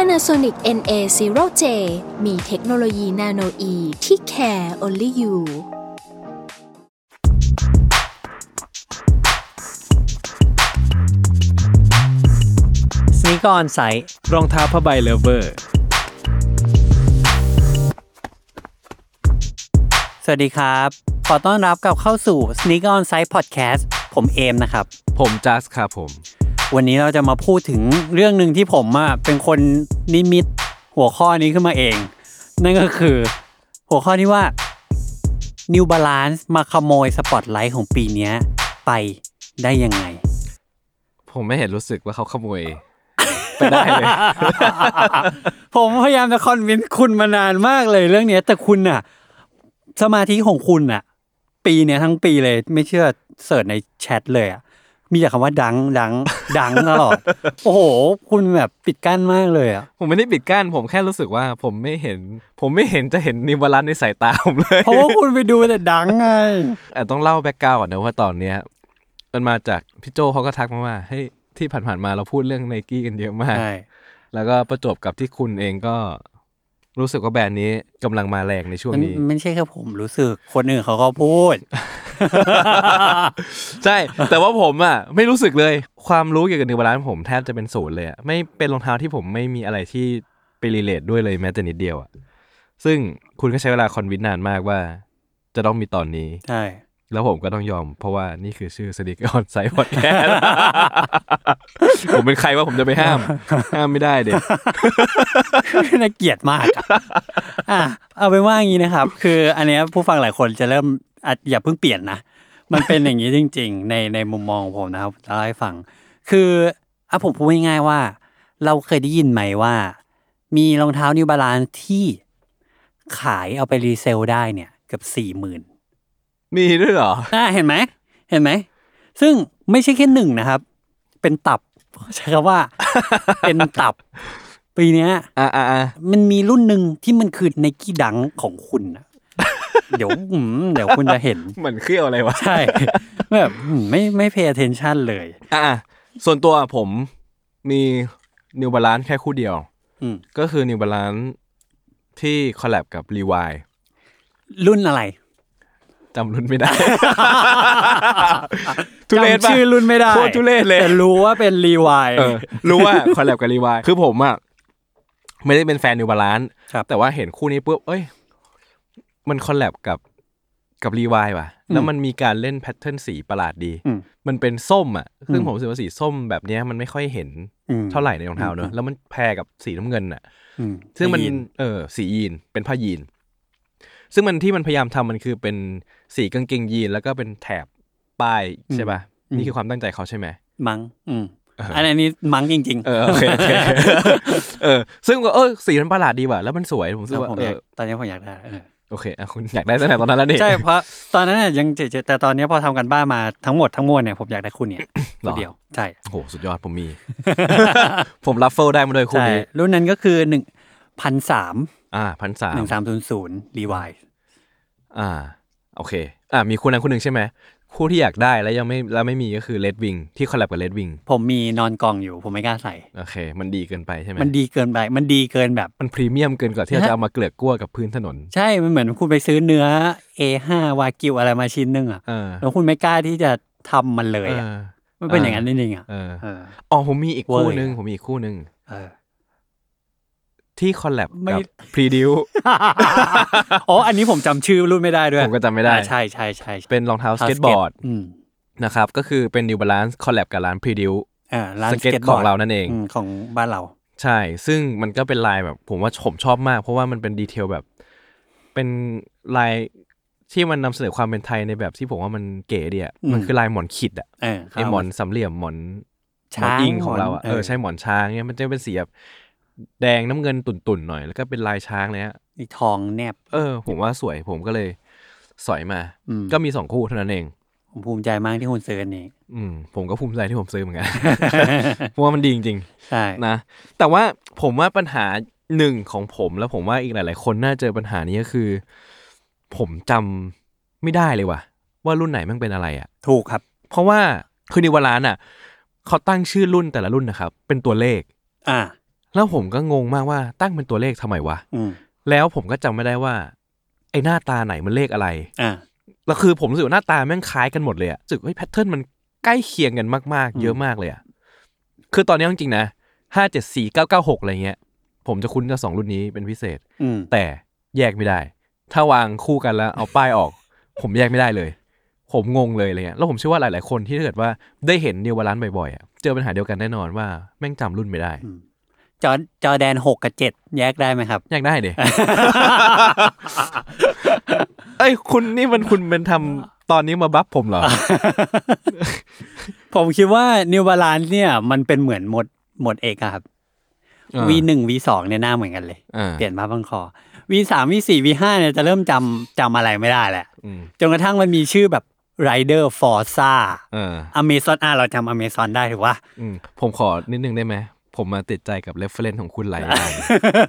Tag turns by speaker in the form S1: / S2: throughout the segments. S1: Panasonic NA0J มีเทคโนโลยีนาโนอีที่ care only you
S2: สนิกออนไซต์
S3: รองเท้าผ้าใบเลเวอร์
S2: สวัสดีครับ ขอต้อนรับกลับเข้าสู่ Sneak On Site Podcast ผมเอมนะครับ
S3: ผมจัสครับผม
S2: วันนี้เราจะมาพูดถึงเรื่องหนึ่งที่ผมอะเป็นคนนิมิตหัวข้อนี้ขึ้นมาเอง นั่นก็คือ หัวข้อที่ว่า New Balance มาขโมยสปอตไลท์ของปีเนี้ยไปได้ยังไง
S3: ผมไม่เห็นรู้สึกว่าเขาขโมย ไปได้เลย
S2: ผมพยายามจะคอนวินคุณมานานมากเลยเรื่องเนี้ยแต่คุณน่ะ สมาธิของคุณน่ะ ปีเนี้ยทั้งปีเลย ไม่เชื่อเสิร์ชในแชทเลยอ่ะ มีแต่คำว่าดังดังดังตลอด โอ้โห คุณแบบปิดกั้นมากเลยอ่ะ
S3: ผมไม่ได้ปิดกั้น ผมแค่รู้สึกว่าผมไม่เห็น ผมไม่เห็นจะเห็นนิวบาลานซ์ในสายตาผมเลย
S2: เพราะว่าคุณไปดูแต่ดังไง
S3: แต่ต้องเล่าแบ็กกราวด์ก่อนนะว่าตอนเนี้ยมันมาจากพี่โจเขาก็ทักมาว่าเฮ้ยที่ผ่านๆมาเราพูดเรื่องไนกี้กันเยอะมาก
S2: ใช่
S3: แล้วก็ประจวบกับที่คุณเองก็ รู้สึกว่าแบรนด์นี้กำลังมาแรงในช่วง
S2: มัน
S3: นี้
S2: ไม่ใช่แค่ผมรู้สึก คนอื่นเขาก็พูด
S3: ใช่ แต่ว่าผมอ่ะไม่รู้สึกเลยความรู้เกี่ยวกับนิวบาลานซ์ผมแทบจะเป็นศูนย์เลยอะไม่เป็นรองเท้าที่ผมไม่มีอะไรที่ไปรีเลทด้วยเลยแม้แต่นิดเดียวอ่ะซึ่งคุณก็ใช้เวลาคอนวินนานมากว่า จะต้องมีตอนนี้
S2: ใช่
S3: แล้วผมก็ต้องยอม เพราะว่านี่คือชื่อสติกออนไซต์พอดแคส ผมเป็นใครว่าผมจะไปห้าม ห้ามไม่ได้เด็ก
S2: น่าเกลียดมากอะอ่ะ เอาเป็นว่าอย่างนี้นะครับ คืออันเนี้ยผู้ฟังหลายคนจะเริ่มอ่ะอย่าเพิ่งเปลี่ยนนะ มันเป็นอย่างนี้จริง ๆ ในในมุมมองของผมนะครับจะเล่าให้ฟัง คืออ่ะผมพูดง่ายๆว่า เราเคยได้ยินไหมว่า มีรองเท้านิวบาลานที่ขายเอาไปรีเซลได้เนี่ยเกือบสี่หมื่น
S3: มีด้วยเหรอ
S2: อ่าเห็นไหมเห็นไหม ซึ่งไม่ใช่แค่หนึ่งนะครับ เป็นตับใช้คำว่า เป็นตับ ปีเนี้ย
S3: อ่าอ่าอ่า
S2: มันมีรุ่นหนึ่งที่มันคือในกี้ดังของคุณน่ะ เดี๋ยวอืมเดี๋ยวคุณจะเห็น
S3: เหมือนเครี่ยวอะไรวะ
S2: ใช่ แบบอืมไม่ไม่ pay attention เลย
S3: อ่ะส่วนตัวผมมีนิวบาลานซ์แค่คู่เดียว
S2: อืม
S3: ก็คือนิวบาลานซ์ที่คอลแลบกับรีวาย
S2: รุ่นอะไร
S3: จำรุ่นไม่ได้ ทุเรศ
S2: จำ
S3: ปะ
S2: ชื่อรุ่นไม่ได้
S3: โคตรทุเรศเลย
S2: แต่รู้ว่าเป็นรีวาย
S3: เออรู้ว่าคอลแลบกับรีวายคือผมอ่ะไม่ได้เป็นแฟนนิวบาลานซ์
S2: ครับ
S3: แต่ว่าเห็นคู่นี้ปุ๊บเอ้ย มันคอลแลบกับกับรีวายว่ะ แล้วมันมีการเล่นแพทเทิร์นสีประหลาดดี
S2: อืม
S3: มันเป็นส้มอ่ะ ซึ่ง
S2: อืม
S3: ผมรู้สึกว่าสีส้มแบบเนี้ยมันไม่ค่อยเห็น
S2: อืม
S3: เท่าไหร่ในรองเท้าเนอะแล้วมันแพรกับสีน้ำเงินอ่ะ
S2: อืม
S3: ซึ่งมัน
S2: ได้ยิ
S3: เออสียีนเป็นผ้ายีน ซึ่งมันที่มันพยายามทำมันคือเป็นสีกางเกงยีนแล้วก็เป็นแถบป้ายใช่ปะ
S2: อืม
S3: นี่คือความตั้งใจเขาใช่ไหม
S2: มังอืม
S3: เอออั
S2: อันนี้มังจริง ๆ
S3: เออโอเคโอเค เออ ซึ่งก็เออสีมันประหลาดดีว่ะแล้วมันสวยผมรู้สึกว่า
S2: ผม
S3: เอ
S2: อยาก
S3: อ
S2: ตอนนี้ผมอยากได้เออ
S3: โอเคอ่ะคุณอยากได้ตั้งแต่ตอนนั้นแล้วนี่
S2: ใช่เพราะตอนนั้นน่ะยังเจ๋ๆแต่ตอนนี้พอทำกันบ้านมาทั้งหมดทั้งมวลเนี่ยผมอยากได้คู่เนี่ย
S3: หรอ
S2: คู่เดียวใช่
S3: โอ้โหสุดยอดผมมี ผมรับเฟิลได้มาโดวยคู่
S2: ใช่
S3: นี้
S2: รุ่นนั้นก็คือหนึ่งพันสาม
S3: อ่าพันสา
S2: ห
S3: ม
S2: นึ่งสามศูนย์ศูนย์รีวาย
S3: อ่า โอเค อ่ามีคู่นั้นคู่หนึ่งใช่ไหมคู่ที่อยากได้แล้วยังไม่แล้วไม่มีก็คือเลดวิงที่คอลแลบกับเลดวิง
S2: ผมมีนอนกองอยู่ผมไม่กล้าใส่
S3: โอเค มันดีเกินไปใช่ไหม
S2: มันดีเกินไป มันดีเกินแบบ
S3: มันพรีเมียมเกินกว่าที่เรา
S2: ฮะ
S3: จะเอามาเกลือกกล้วกับพื้นถนน
S2: ใช่ มันเหมือนคุณไปซื้อเนื้อ A5 วากิวอะไรมาชิ้นหนึงอ่ะ
S3: เออ
S2: แล้วคุณไม่กล้าที่จะทำมันเลยอ่ะ
S3: เออ
S2: มันเป็นอย่างนั้นจริงๆอ่ะ
S3: เออ
S2: เออ
S3: อ๋อผมมีอีกคู่หนึ่ง
S2: เว้ย
S3: ผมมีอีกคู่หนึ่ง
S2: เออ
S3: ที่คอลแลบ
S2: ไม่
S3: กับพรีดิว
S2: อ๋ ออันนี้ผมจำชื่อรุ่นไม่ได้ด้วย
S3: ผมก็จำไม่ได้
S2: อ่าใช่ใช่ใช่
S3: เป็นรองเท้าสเก็ตบอร์ด
S2: อืม
S3: นะครับ ก็คือเป็น New Balance คอลแลบกับร้านพรีดิว
S2: อ่าร้าน
S3: ส
S2: ส
S3: เก็
S2: เก็
S3: ต
S2: ตบ
S3: ขอ
S2: อง ร์ด
S3: เรานั่นเอง
S2: มของบ้านเรา
S3: ใช่ ซึ่งมันก็เป็นลายแบบ ผมว่าผมชอบมาก เพราะว่ามันเป็นดีเทลแบบ เป็นลายที่มันนำเสนอความเป็นไทยในแบบที่ผมว่ามันเก๋ดีอะ
S2: อืม
S3: มันคือลายหมอนขิดอะ
S2: เออ
S3: ไอหมอนสามเหลี่ยมหมอน หมอน
S2: ช้าง
S3: อิงของเราอ่ะ
S2: หม
S3: เออใช่หมอนช้างเนี่ยมันจะเป็นสีแบบ แดงน้ำเงินตุ่นๆหน่อยแล้วก็เป็นลายช้างเลยฮะ
S2: อีกทองแนบ
S3: เออ ผมว่าสวยผมก็เลยสอยมา
S2: อืม
S3: ก็มีสองคู่เท่านั้นเอง
S2: ผมภูมิใจมากที่คุณซื้ออันนี้
S3: อืมผมก็ภูมิใจที่ผมซื้อเหมือนกัน เพราะว่ามันดีจริง
S2: ใช่
S3: ๆนะแต่ว่าผมว่าปัญหาหนึ่งของผมแล้วผมว่าอีกหลาย ๆ คนน่าเจอปัญหานี้ก็คือ ผมจำไม่ได้เลยว่ะ ว่ารุ่นไหนแมันเป็นอะไรอ่ะ
S2: ถูกครับ
S3: เพราะว่าคือในวารานอ่ะเขาตั้งชื่อรุ่นแต่ละรุ่นนะครับ เป็นตัวเลข
S2: อ่า
S3: แล้วผมก็งงมากว่าตั้งเป็นตัวเลขทำไมวะ
S2: อืม
S3: แล้วผมก็จำไม่ได้ว่า ไอ้หน้าตาไหนมันเลขอะไร
S2: อ่า
S3: แล้วคือผมรู้สึกว่าหน้าตาแม่งคล้ายกันหมดเลยอะรู้สึกเฮ้ยแพทเทิร์นมันใกล้เคียงกันมาก
S2: อืม
S3: ๆ เยอะมากเลยอะคือตอนนี้เอาจริงๆนะห้าเจ็ดสี่เก้าเก้าหกอะไรเงี้ย ผมจะคุ้นกับสองรุ่นนี้เป็นพิเศษ
S2: อืม
S3: แต่แยกไม่ได้ ถ้าวางคู่กันแล้วเอาป้ายออก ผมแยกไม่ได้เลย ผมงงเลยอะไรเงี้ยแล้วผมเชื่อว่าหลายๆคนที่ถ้าเกิดว่าได้เห็นนิวบาลานซ์บ่อยๆอะเจอปัญหาเดียวกันแน่นอนว่าแม่งจำรุ่นไม่ได้
S2: จอจอแดนหกกับเจ็ดแยกได้ไหมครับ
S3: อยากได้เด เอ้ยคุณนี่มันคุณเป็นทำตอนนี้มาบัฟผม เหรอ
S2: ผมคิดว่า New Balance เนี่ย มันเป็นเหมือนหมดหมดเอกอะครับ
S3: อ่า
S2: V หนึ่ง V สองเนี่ยหน้าเหมือนกันเลย
S3: อ่า
S2: เปลี่ยนผ้าพันคอ V สาม V สี่ V ห้าเนี่ยจะเริ่มจำจำอะไรไม่ได้แหละ
S3: อืม
S2: จนกระทั่งมันมีชื่อแบบ Rider Forza
S3: เออ
S2: Amazon อ่ะเราจำ Amazon ได้ถือว่า
S3: อืมผมขอนิดนึงได้ไหม ผมมาติดใจกับเรฟเฟรนของคุณหลา ยอย่าง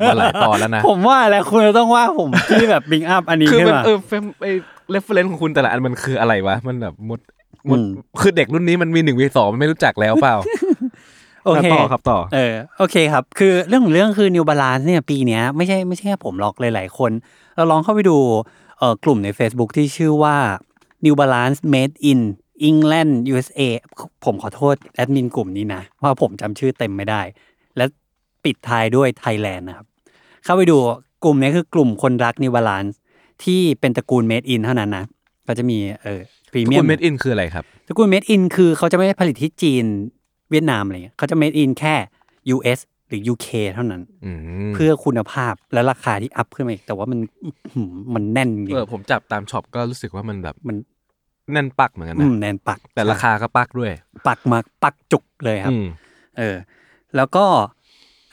S3: มาหลายตอนแล้วนะ
S2: ผมว่าแล้วคุณจะต้องว่าผมที่แบบ บิงอัพอันนี้
S3: คือ
S2: ขึ้น
S3: มัน
S2: มา
S3: เออเฟรมไอเรฟเฟรนของคุณแต่ละอันมันคืออะไรวะ มันแบบหมดหมด
S2: อืม
S3: คือเด็กรุ่นนี้มันมีหนึ่งวีสองมันไม่รู้จักแล้วเปล่า
S2: โอเค
S3: ะต่อครับต่อ
S2: เออโอเคครับ คือเรื่องของเรื่องคือ New Balance เนี่ยปีเนี้ยไม่ใช่ไม่ใช่แค่ผมหรอกหลายๆคน เราลองเข้าไปดูเออกลุ่มใน Facebook ที่ชื่อว่า New Balance Made in England USA ผมขอโทษแอดมินกลุ่มนี้นะ ว่าผมจำชื่อเต็มไม่ได้ และปิดท้ายด้วยไทยแลนด์นะครับ เข้าไปดูกลุ่มนี้คือกลุ่มคนรัก New Balance ที่เป็นตระกูล Made in เท่านั้นนะ ก็จะมีเออพรีเมีย
S3: คุ
S2: ม
S3: ณเมดอินคืออะไรครับ
S2: ตระกูล made in คือเขาจะไม่ได้ผลิตที่จีนเวียดนามอะไรเงี้ยเขาจะ made in แค่ US หรือ UK เท่านั้น
S3: อืม
S2: เพื่อคุณภาพและราคาที่อัพขึ้นมาอีก แต่ว่ามันอื้อหือมันแน่นจริง
S3: เออผมจับตามช็อปก็รู้สึกว่ามันแบบ
S2: มัน
S3: แน่นปักเหมือนกัน
S2: อื
S3: นะ
S2: มแน่นปัก
S3: แต่ราคาก็ปักด้วย
S2: ปักมาปักจุกเลยครับ
S3: อืม
S2: เออ แล้วก็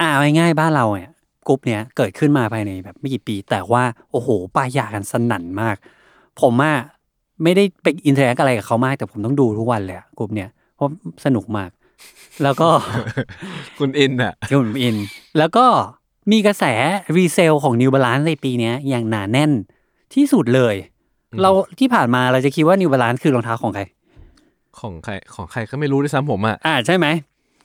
S2: อ่าง่ายๆบ้านเราเนี่ยกรุ๊ปเนี้ยเกิดขึ้นมาภายในแบบไม่กี่ปี แต่ว่าโอ้โหป้ายยากันสนั่นมาก ผมอะไม่ได้ไปอินเทอร์แอคอะไรกับเขามาก แต่ผมต้องดูทุกวันเลยอะกรุ๊ปเนี้ยเพราะสนุกมาก แล้วก็
S3: คุณอินอ่ะ
S2: ที่ผมอิน แล้วก็มีกระแสรีเซลของ New Balance ในปีเนี้ยอย่างหนาแน่นที่สุดเลย
S3: อืม
S2: เราที่ผ่านมาเราจะคิดว่า New Balance คือรองเท้าของใคร
S3: ของใครของใครก็ไม่รู้ด้วยซ้ำผมอ่ะ
S2: อ่าใช่ไหม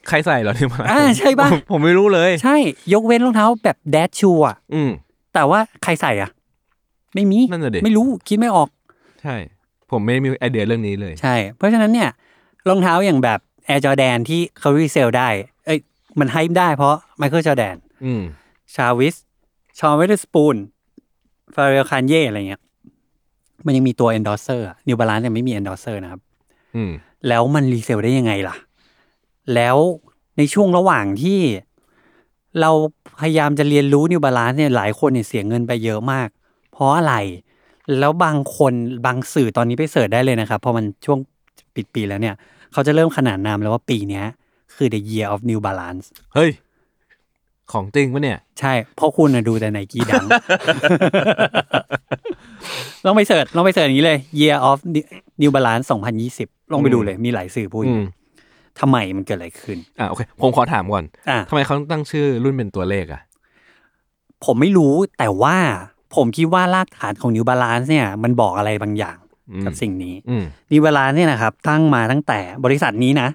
S3: ใครใส่เหรอเนี่ยมา
S2: อ่าใช่ปะ
S3: ผมผมไม่รู้เลย
S2: ใช่ยกเว้นรองเท้าแบบแดชชูอ่ะ
S3: อืม
S2: แต่ว่าใครใส่อ่ะ ไม่มี
S3: นั่นน่ะดิ
S2: ไม่รู้คิดไม่ออก
S3: ใช่ ผมไม่มีไอเดียเรื่องนี้เลย
S2: ใช่ เพราะฉะนั้นเนี่ยรองเท้าอย่างแบบ Air Jordan ที่เขารีเซลได้ เอ้ยมันให้ได้เพราะ Michael Jordan
S3: อืม
S2: ชาวิส ชอนเวเดสปูน ฟาเรลคานเย่อะไรเงี้ย มันยังมีตัว endorser นิวบาลานซ์ยังไม่มี endorser นะครับ
S3: อืม
S2: แล้วมันรีเซลได้ยังไงล่ะ แล้วในช่วงระหว่างที่ เราพยายามจะเรียนรู้นิวบาลานซ์เนี่ยหลายคนเนี่ยเสียเงินไปเยอะมาก เพราะอะไร แล้วบางคนบางสื่อตอนนี้ไปเสิร์ชได้เลยนะครับ เพราะมันช่วงปิดปีแล้วเนี่ย เขาจะเริ่มขนานนามแล้วว่าปีเนี้ยคือ the year of new balance
S3: เฮ้ย ของจริงปะเนี่ย
S2: ใช่ เพราะคุณนะดูแต่ไนกี้ ดัง ลองไปเสิร์ชลองไปเสิร์ชอย่างนี้เลย Year of New Balance 2020 ลองไปดูเลย มีหลายสื่อพูดอย่างนี้
S3: อืม
S2: ทำไมมันเกิดอะไรขึ้น
S3: อ่ะโอเค ผมขอถามก่อน
S2: อ่ะ
S3: ทำไมเขาต้องตั้งชื่อรุ่นเป็นตัวเลขอ่ะ
S2: ผมไม่รู้แต่ว่าผมคิดว่ารากฐานของ New Balance เนี่ย มันบอกอะไรบางอย่าง
S3: อืม
S2: กับสิ่งนี้
S3: อืม
S2: New Balance เนี่ยนะครับ ตั้งมาตั้งแต่บริษัทนี้นะ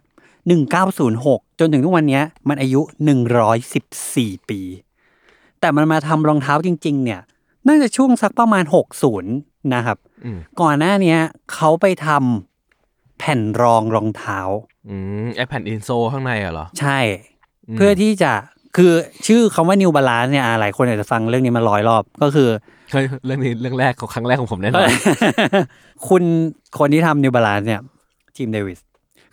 S2: 1906 จนถึงทุกวันเนี้ย มันอายุ 114 ปี แต่มันมาทำรองเท้าจริง ๆ เนี่ย น่าจะช่วงสักประมาณ 60 นะครับ
S3: อืม
S2: ก่อนหน้าเนี้ยเขาไปทำแผ่นรองรองเท้า
S3: อืมไอแผ่นอินโซข้างในอะเหรอ
S2: ใช่
S3: ม
S2: เพื่อที่จะคือชื่อคำว่า New Balance เนี่ยอ่าหลายคนอาจจะฟังเรื่องนี้มาร้อยรอบก็คือ
S3: เฮ้ยเรื่องนี้เรื่องแรกของครั้งแรกของผมแน่นอน
S2: คุณคนที่ทำนิวบาลานเนี่ยจิมเดวิส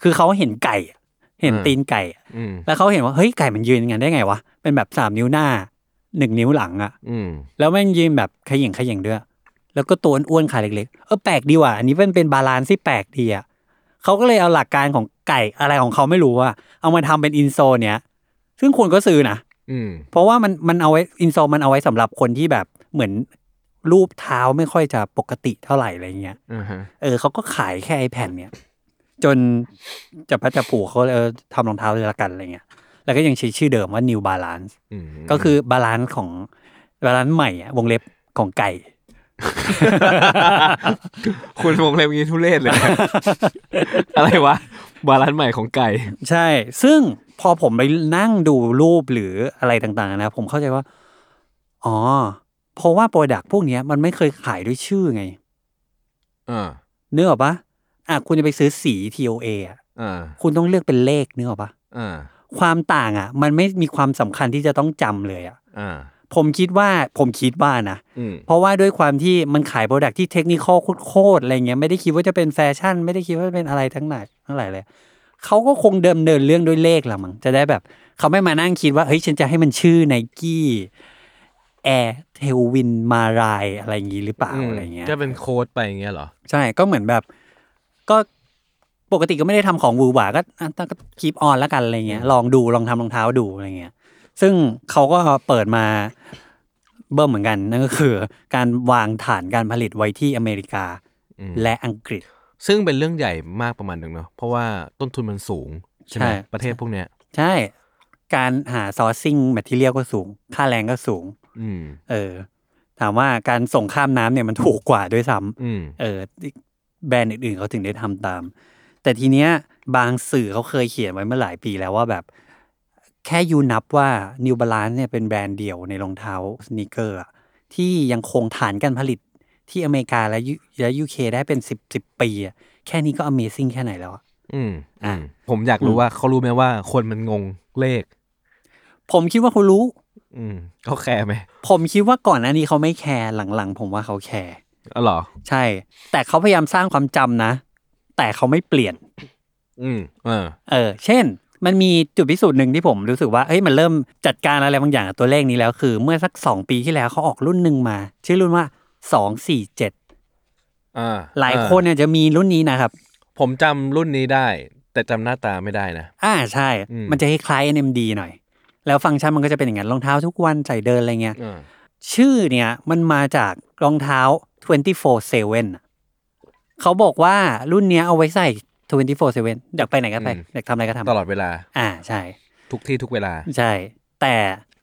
S2: คือเขาเห็นไก่อะเห็น
S3: อ่า
S2: ตีนไก่อะ
S3: อืม
S2: แล้วเขาเห็นว่าเฮ้ยไก่มันยืนกันได้ไงวะ เป็นแบบสามนิ้วหน้าหนึ่งนิ้วหลังอะ
S3: อืม
S2: แล้วแม่งยืนแบบเขย่งเขย่งด้วย แล้วก็ตัวอ้วนๆขาเล็กๆเออแปลกดีว่ะอันนี้มันเป็นบาลานซ์ที่แปลกดีอะเขาก็เลยเอาหลักการของไก่อะไรของเขาไม่รู้ว่าเอามาทำเป็นอินโซลเนี้ยซึ่งคนก็ซื้อนะ
S3: อืม
S2: เพราะว่ามันมันเอาไว้อินโซลมันเอาไว้สำหรับคนที่แบบเหมือนรูปเท้าไม่ค่อยจะปกติเท่าไหร่อะไรเงี้ย
S3: อ่าฮะ
S2: เออเขาก็ขายแค่ไอแผ่นเนี่ย จนจับพระจับผูเขาเลยเออทำรองเท้าเลยละกันอะไรเงี้ย แล้วก็ยังใช้ชื่อเดิมว่า New Balance
S3: อืม
S2: ก็คือบาลานซ์ของบาลานซ์ใหม่อะวงเล็บของไก่
S3: คุณผมเลยมีทุเรศเลย นะ อะไรวะ บาลานซ์ใหม่ของไก่
S2: ใช่ ซึ่งพอผมไปนั่งดูรูปหรืออะไรต่างๆ นะ ผมเข้าใจว่า อ๋อ เพราะว่าโปรดักพวกเนี้ยมันไม่เคยขายด้วยชื่อไง
S3: อ่า
S2: เนื้ออกปะอ่ะคุณจะไปซื้อสี TOA อ่ะ
S3: อ่า
S2: คุณต้องเลือกเป็นเลขเนื้ออกปะ
S3: อ่า
S2: ความต่างอ่ะ มันไม่มีความสำคัญที่จะต้องจำเลยอ่ะ
S3: อ่า
S2: ผมคิดว่าผมคิดว่านะ
S3: อืม
S2: เพราะว่าด้วยความที่มันขายโปรดักที่เทคนิคอลโคตรๆอะไรเงี้ยไม่ได้คิดว่าจะเป็นแฟชั่น ไม่ได้คิดว่าจะเป็นอะไรทั้งหนักทั้งหลายเลยเขาก็คงเดิมเนินเรื่องด้วยเลขละมั้งจะได้แบบเขาไม่มานั่งคิดว่าเฮ้ยฉันจะให้มันชื่อไนกี้แอร์เทลวินมารายอะไรอย่างงี้หรือเปล่า
S3: อืม
S2: อะไรเงี้ย
S3: ก็เป็นโค้ดไปอย่างเงี้ยเหรอ
S2: ใช่ก็เหมือนแบบก็ปกติก็ไม่ได้ทำของหวูหวาก็อ่ะต้องก็คีปออนแล้วกันอะไรเงี้ยลองดูลองทำรองเท้าดูอะไรเงี้ย ซึ่งเขาก็เปิดมาเบิ่มเหมือนกัน นั่นก็คือการวางฐานการผลิตไว้ที่อเมริกา
S3: อืม
S2: และอังกฤษ
S3: ซึ่งเป็นเรื่องใหญ่มากประมาณหนึ่งเนาะ เพราะว่าต้นทุนมันสูง ใช่ไหม
S2: ใช่
S3: ประเทศพวกเนี้ย
S2: ใช่ การหาซอร์ซิ่งแมทเทียลก็สูง ค่าแรงก็สูง
S3: อืม
S2: เออ ถามว่าการส่งข้ามน้ำเนี่ยมันถูกกว่าด้วยซ้ำ
S3: อืม
S2: เออแบรนด์อื่นๆเขาถึงได้ทำตาม แต่ทีเนี้ยบางสื่อเขาเคยเขียนไว้เมื่อหลายปีแล้วว่าแบบ แค่ยูนับว่า New Balance เนี่ยเป็นแบรนด์เดี่ยวในรองเท้าสน e เกอร์ที่ยังคงฐานการผลิตที่อเมริกาและยูและยูเคได้เป็นสิบสิบปีอะแค่นี้ก็ Amazing แค่ไหนแล้วอะ
S3: อืม
S2: อ่ะ
S3: อืมผมอยากรู้ว่าเขารู้ไหมว่าคนมันงงเลข
S2: ผมคิดว่าเขารู้
S3: อืมเขาแคร์ไหม
S2: ผมคิดว่าก่อนหน้านี้เขาไม่แคร์หลังๆ ผมว่าเขาแคร์
S3: อ๋อเหรอ
S2: ใช่ แต่เขาพยายามสร้างความจำนะ แต่เขาไม่เปลี่ยน
S3: อืมเออ
S2: เออ เช่น มันมีจุดพิสูจน์หนึ่งที่ผมรู้สึกว่า เฮ้ย มันเริ่มจัดการอะไรบางอย่างกับตัวเลขนี้แล้ว คือเมื่อสัก 2 ปีที่แล้วเขาออกรุ่นหนึ่งมา ชื่อรุ่นว่า 247
S3: อ่า
S2: หลายคน
S3: อ่
S2: เนี่ยจะมีรุ่นนี้นะครับ
S3: าผมจำรุ่นนี้ได้ แต่จำหน้าตาไม่ได้นะ
S2: อ่า ใช่
S3: อืม
S2: มันจะคล้ายๆ NMD หน่อย แล้วฟังก์ชันมันก็จะเป็นอย่างนั้นรองเท้าทุกวันใส่เดินอะไรเงี้ย
S3: อ่า
S2: ชื่อเนี่ยมันมาจากรองเท้า 24/7น่ะเขาบอกว่ารุ่นเนี้ยเอาไว้ใส่ 24/7อยากไปไหนก็ไปอยากทำอะไรก็ทำ
S3: ตลอดเวลา
S2: อ่าใช่
S3: ทุกที่ทุกเวลา
S2: ใช่ แต่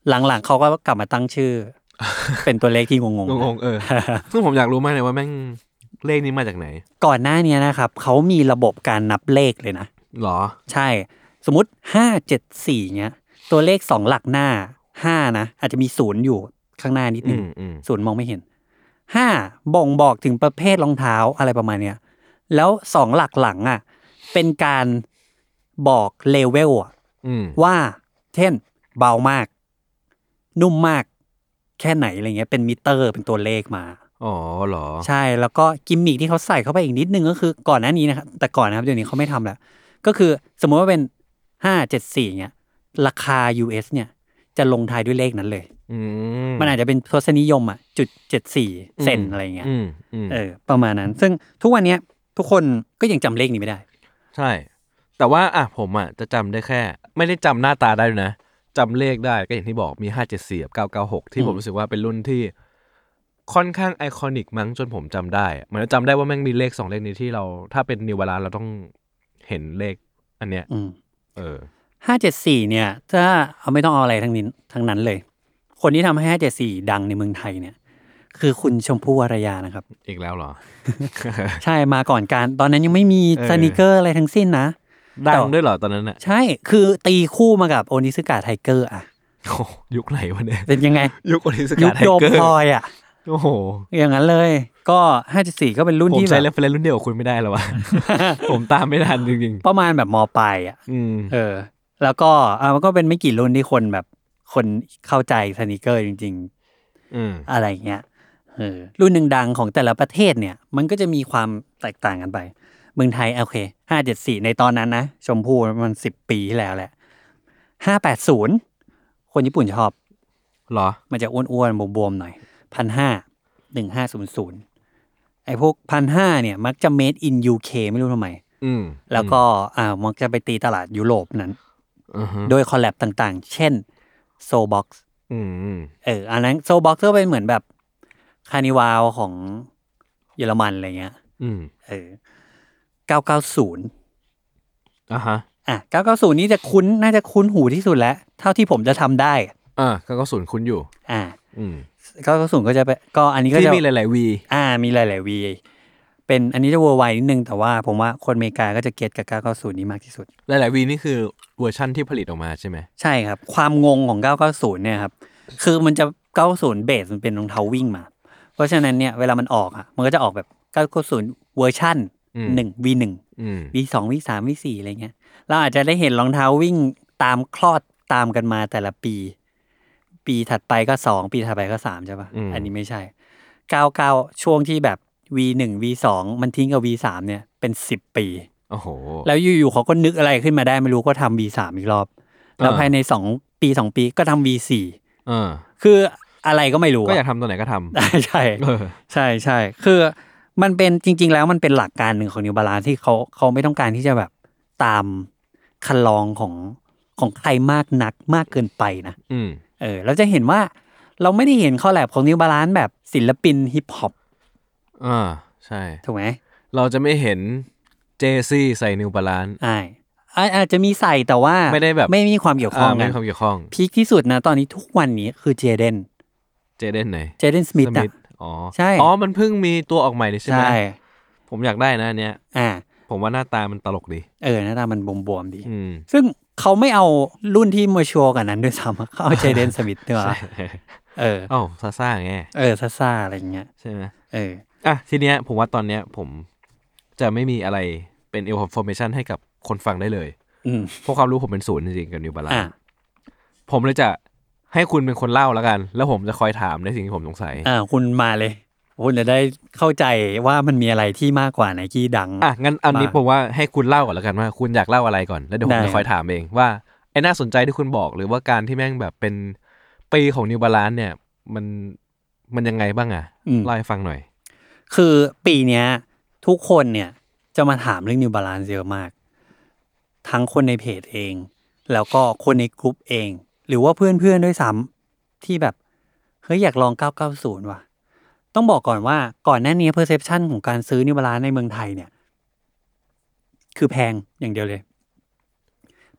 S2: หลังๆเขาก็กลับมาตั้ง ชื่อ เป็นตัวเลขที่งงๆ
S3: ง
S2: นะ
S3: งๆเอ อ ซึ่งผมอยากรู้มากเลยว่าแม่งเลขนี้มาจากไหน
S2: ก่อนหน้าเนี้ยนะครับ เขามีระบบการนับเลขเลยนะ
S3: หรอ
S2: ใช่ สมมติห้าเจ็ดสี่เนี้ย ตัวเลขสองหลักหน้าห้านะ อาจจะมีศูนย์อยู่ข้างหน้านิด
S3: อื
S2: นึง
S3: มอืม
S2: ศูนย์มองไม่เห็นห้าบ่งบอกถึงประเภทรองเท้าอะไรประมาณเนี้ยแล้วสองหลักหลังอ่ะเป็นการบอกเลเวลอ่ะ
S3: อืม
S2: ว่าเช่นเบามาก นุ่มมาก แค่ไหนอะไรเงี้ยเป็นมิเตอร์เป็นตัวเลขมา
S3: อ๋อเหรอ
S2: ใช่แล้วก็กิมมิคที่เขาใส่เข้าไปอีกนิดนึงก็คือก่อนหน้านี้นะครับแต่ก่อนนะครับเดี๋ยวนี้เขาไม่ทำแล้ว ก็คือสมมุติว่าเป็นห้าเจ็ดสี่เนี่ยราคา US เนี่ย จะลงท้ายด้วยเลขนั้นเลย
S3: อืม
S2: มันอาจจะเป็นทศนิยมอ่ะจุดเจ็ดสี่เซนอะไรเงี้ย
S3: อืมอืม
S2: เออประมาณนั้น ซึ่งทุกวันเนี้ยทุกคนก็ยังจำเลขนี้ไม่ได้
S3: ใช่ แต่ว่าอ่ะผมอ่ะจะจำได้แค่ ไม่ได้จำหน้าตาได้ด้วยนะจำเลขได้ก็อย่างที่บอกมีห้าเจ็ดสี่กับเก้าเก้าหกที่ผมรู้สึกว่าเป็นรุ่นที่ ค่อนข้างไอคอนิกมั้งจนผมจำได้อะเหมือนจำได้ว่าแม่งมีเลขสองเลขนี้ที่เรา ถ้าเป็นนิวบาลานเราต้องเห็นเลข อันเนี้ย
S2: อืม
S3: เออ
S2: ห้าเจ็ดสี่เนี่ย ถ้าเอาไม่ต้องเอาอะไรทั้งนี้ทั้งนั้นเลย คนที่ทำให้ห้าเจ็ดสี่ดังในเมืองไทยเนี่ย คือคุณชมพู่วรยานะครับ
S3: อีกแล้ว เหรอ
S2: ใช่มาก่อนการ ตอนนั้นยังไม่มี
S3: เออ
S2: สนิเกอร์อะไรทั้งสิ้นนะ
S3: ดังด้วยเหรอตอนนั้นอ่ะ
S2: ใช่คือตีคู่มากับโอนิสึกะไทเกอร์อ่ะ
S3: โอ้ยุคไหนวะเนี่ย
S2: เป็นยังไง
S3: ยุคโอลิส
S2: ยุ
S3: กา
S2: ค
S3: ไท
S2: โดม
S3: เกอ
S2: พลอ
S3: ร์
S2: ยอ่ะ
S3: โอ้โห
S2: อย่างนั้นเลย ก็ห้าเจ็ดสี่ก็เป็นรุ่น
S3: ผม
S2: ที่แบ
S3: ใช้
S2: บ
S3: เรฟเฟรนรุ่นเดียวกับคุณไม่ได้แล้ว วะ ผมตามไม่ทันจริง
S2: ประมาณแบบมปลายอ่ะ
S3: ๆ อืม
S2: เออ แล้วก็อ่ะมันก็เป็นไม่กี่รุ่นที่คนแบบคนเข้าใจสนิเกอร์จริง ๆ
S3: อืม
S2: อะไรเงี้ยเออรุ่นหนึ่งดังของแต่ละประเทศเนี่ย มันก็จะมีความแตกต่างกันไป เมืองไทยโอเคห้าเจ็ดสี่ในตอนนั้นนะ ชมพู่มันสิบปีที่แล้วแหละห้าแปดศูนย์คนญี่ปุ่นชอบ
S3: เหรอ
S2: มันจะอ้วนๆ บวมๆ หน่อยพันห้าหนึ่งห้าศูนย์ศูนย์ไอพวกพันห้าเนี่ย มักจะ made in UK ไม่รู้ทำไม
S3: อืม
S2: แล้วก็อ่ามักจะไปตีตลาดยุโรปนั้น
S3: อือฮึ
S2: โดยคอลแลบต่างๆ เช่น โซบ็อกซ์
S3: อืม
S2: เอออันนั้นโซบ็อกซ์ก็เป็นเหมือนแบบคานิวาลของเยอรมันอะไรเงี้ย
S3: อืม
S2: เออเก้าเก้าศูนย์
S3: อ่ะฮะ
S2: อ่ะเก้าเก้าศูนย์นี่จะคุ้นน่าจะคุ้นหูที่สุดแล้ว เท่าที่ผมจะทำได้
S3: อ่าก็ก็ศูนย์คุณอยู่
S2: อ่า
S3: อืม
S2: เก้าเก้าศูนย์ก็จะไปก็อันนี้ก็
S3: ที่
S2: จะ
S3: มีหลายๆวี
S2: อ่ามีหลาย ๆ วี เป็นอันนี้จะเวอร์ไวนิดนึง แต่ว่าผมว่าคนอเมริกาก็จะเก็ตกับ990 นี้มากที่สุด
S3: หลายๆวีนี่คือเวอร์ชั่นที่ผลิตออกมาใช่ไหม
S2: ใช่ครับ ความงงของ 990 เนี่ยครับ คือมันจะ 90 เบสมันเป็นรองเท้าวิ่งมา เพราะฉะนั้นเนี่ยเวลามันออกอ่ะ มันก็จะออกแบบ 990 เวอร์ชัน
S3: อืม
S2: 1 V1
S3: อืม
S2: V2 V3 V4 อะไรเงี้ย เราอาจจะได้เห็นรองเท้าวิ่งตามคลอดตามกันมาแต่ละปี ปีถัดไปก็สองปีถัดไปก็สามใช่ปะ
S3: อืม
S2: อันนี้ไม่ใช่เก้าเก้าช่วงที่แบบ V หนึ่ง V สองมันทิ้งกับ V สามเนี่ยเป็นสิบปี
S3: โอ้โห
S2: แล้วอยู่ๆเขาก็นึกอะไรขึ้นมาได้ไม่รู้ก็ทำ V สามอีกรอบ แล้ว
S3: อ่า
S2: ภายในสองปีสองปีก็ทำ V สี่
S3: เออ
S2: คืออะไรก็ไม่รู้
S3: ก็
S2: อะ
S3: อยากทำตัวไหนก็ทำ
S2: ใช่
S3: เออ
S2: ใช่ใช่ คือมันเป็นจริง ๆ แล้วมันเป็นหลักการหนึ่งของนิวบาลานที่เขาเขาไม่ต้องการที่จะแบบตามคันลองของของใครมากนักมากเกินไปนะ
S3: อืม
S2: เออ เราจะเห็นว่าเราไม่ได้เห็นข้อแลบของนิวบาลานแบบศิลปินฮิปฮอป
S3: อ่า ใช่
S2: ถูกไหม
S3: เราจะไม่เห็นเจซี่ใส่นิวบาลาน
S2: อ่าอ่าอาจจะมีใส่แต่ว่า
S3: ไม่ได้แบบ
S2: ไม่มีความเกี่ยวข้อง
S3: ไม่
S2: กัน
S3: มีความเกี่ยวข้อง
S2: พีคที่สุดนะ ตอนนี้ทุกวันนี้คือเจเดน
S3: เจเดนไหน
S2: เจเดนสมิธ
S3: ส
S2: อะ
S3: ธอ๋อ
S2: ใช่
S3: อ๋อ มันเพิ่งมีตัวออกใหม่เลยใช่ไหม
S2: ใช่
S3: ผมอยากได้นะอันเนี้ย
S2: อ่า
S3: ผมว่าหน้าตามันตลกดี
S2: เออหน้าตามันบวมๆดี
S3: อืม
S2: ซึ่งเขาไม่เอารุ่นที่มัวชัวร์กันนั้นด้วยซ้ำ เขาเอาเจเดนสมิธเนกอะ
S3: ใช่
S2: เออ
S3: เอ้าซาซ่าไง
S2: เออ ซาซาอะไรอย่างเงี้ย
S3: ใช่ไหม
S2: เออ
S3: อ่ะ ทีเนี้ยผมว่าตอนเนี้ยผมจะไม่มีอะไรเป็น information ให้กับคนฟังได้เลย
S2: อืม
S3: เพราะความรู้ผมเป็นศูนย์จริงๆกับนิวบาลาน
S2: อ่ะ
S3: ผมเลยจะให้คุณเป็นคนเล่าแล้วกัน แล้วผมจะคอยถามในสิ่งที่ผมสงสัย
S2: อ่า คุณมาเลย คุณจะได้เข้าใจว่ามันมีอะไรที่มากกว่าไนกี้ดัง
S3: อ่ะ งั้นอันนี้
S2: มา
S3: ผมว่าให้คุณเล่าก่อนแล้วกันว่า คุณอยากเล่าอะไรก่อน แล้วเดี๋ยวผม
S2: ได้
S3: จะคอยถามเองว่าไอ้น่าสนใจที่คุณบอกหรือว่าการที่แม่งแบบเป็นปีของนิวบาลานเนี่ย มันมันยังไงบ้างอ่ะ
S2: อืม
S3: เล่าให้ฟังหน่อย
S2: คือปีเนี้ย ทุกคนเนี่ยจะมาถามเรื่อง New Balance เยอะมาก ทั้งคนในเพจเอง แล้วก็คนในกลุ่มเอง หรือว่าเพื่อนๆด้วยซ้ำที่แบบเฮ้ยอยากลอง 990 ว่ะ ต้องบอกก่อนว่าก่อนหน้านี้ perception ของการซื้อ New Balance ในเมืองไทยเนี่ย คือแพงอย่างเดียวเลย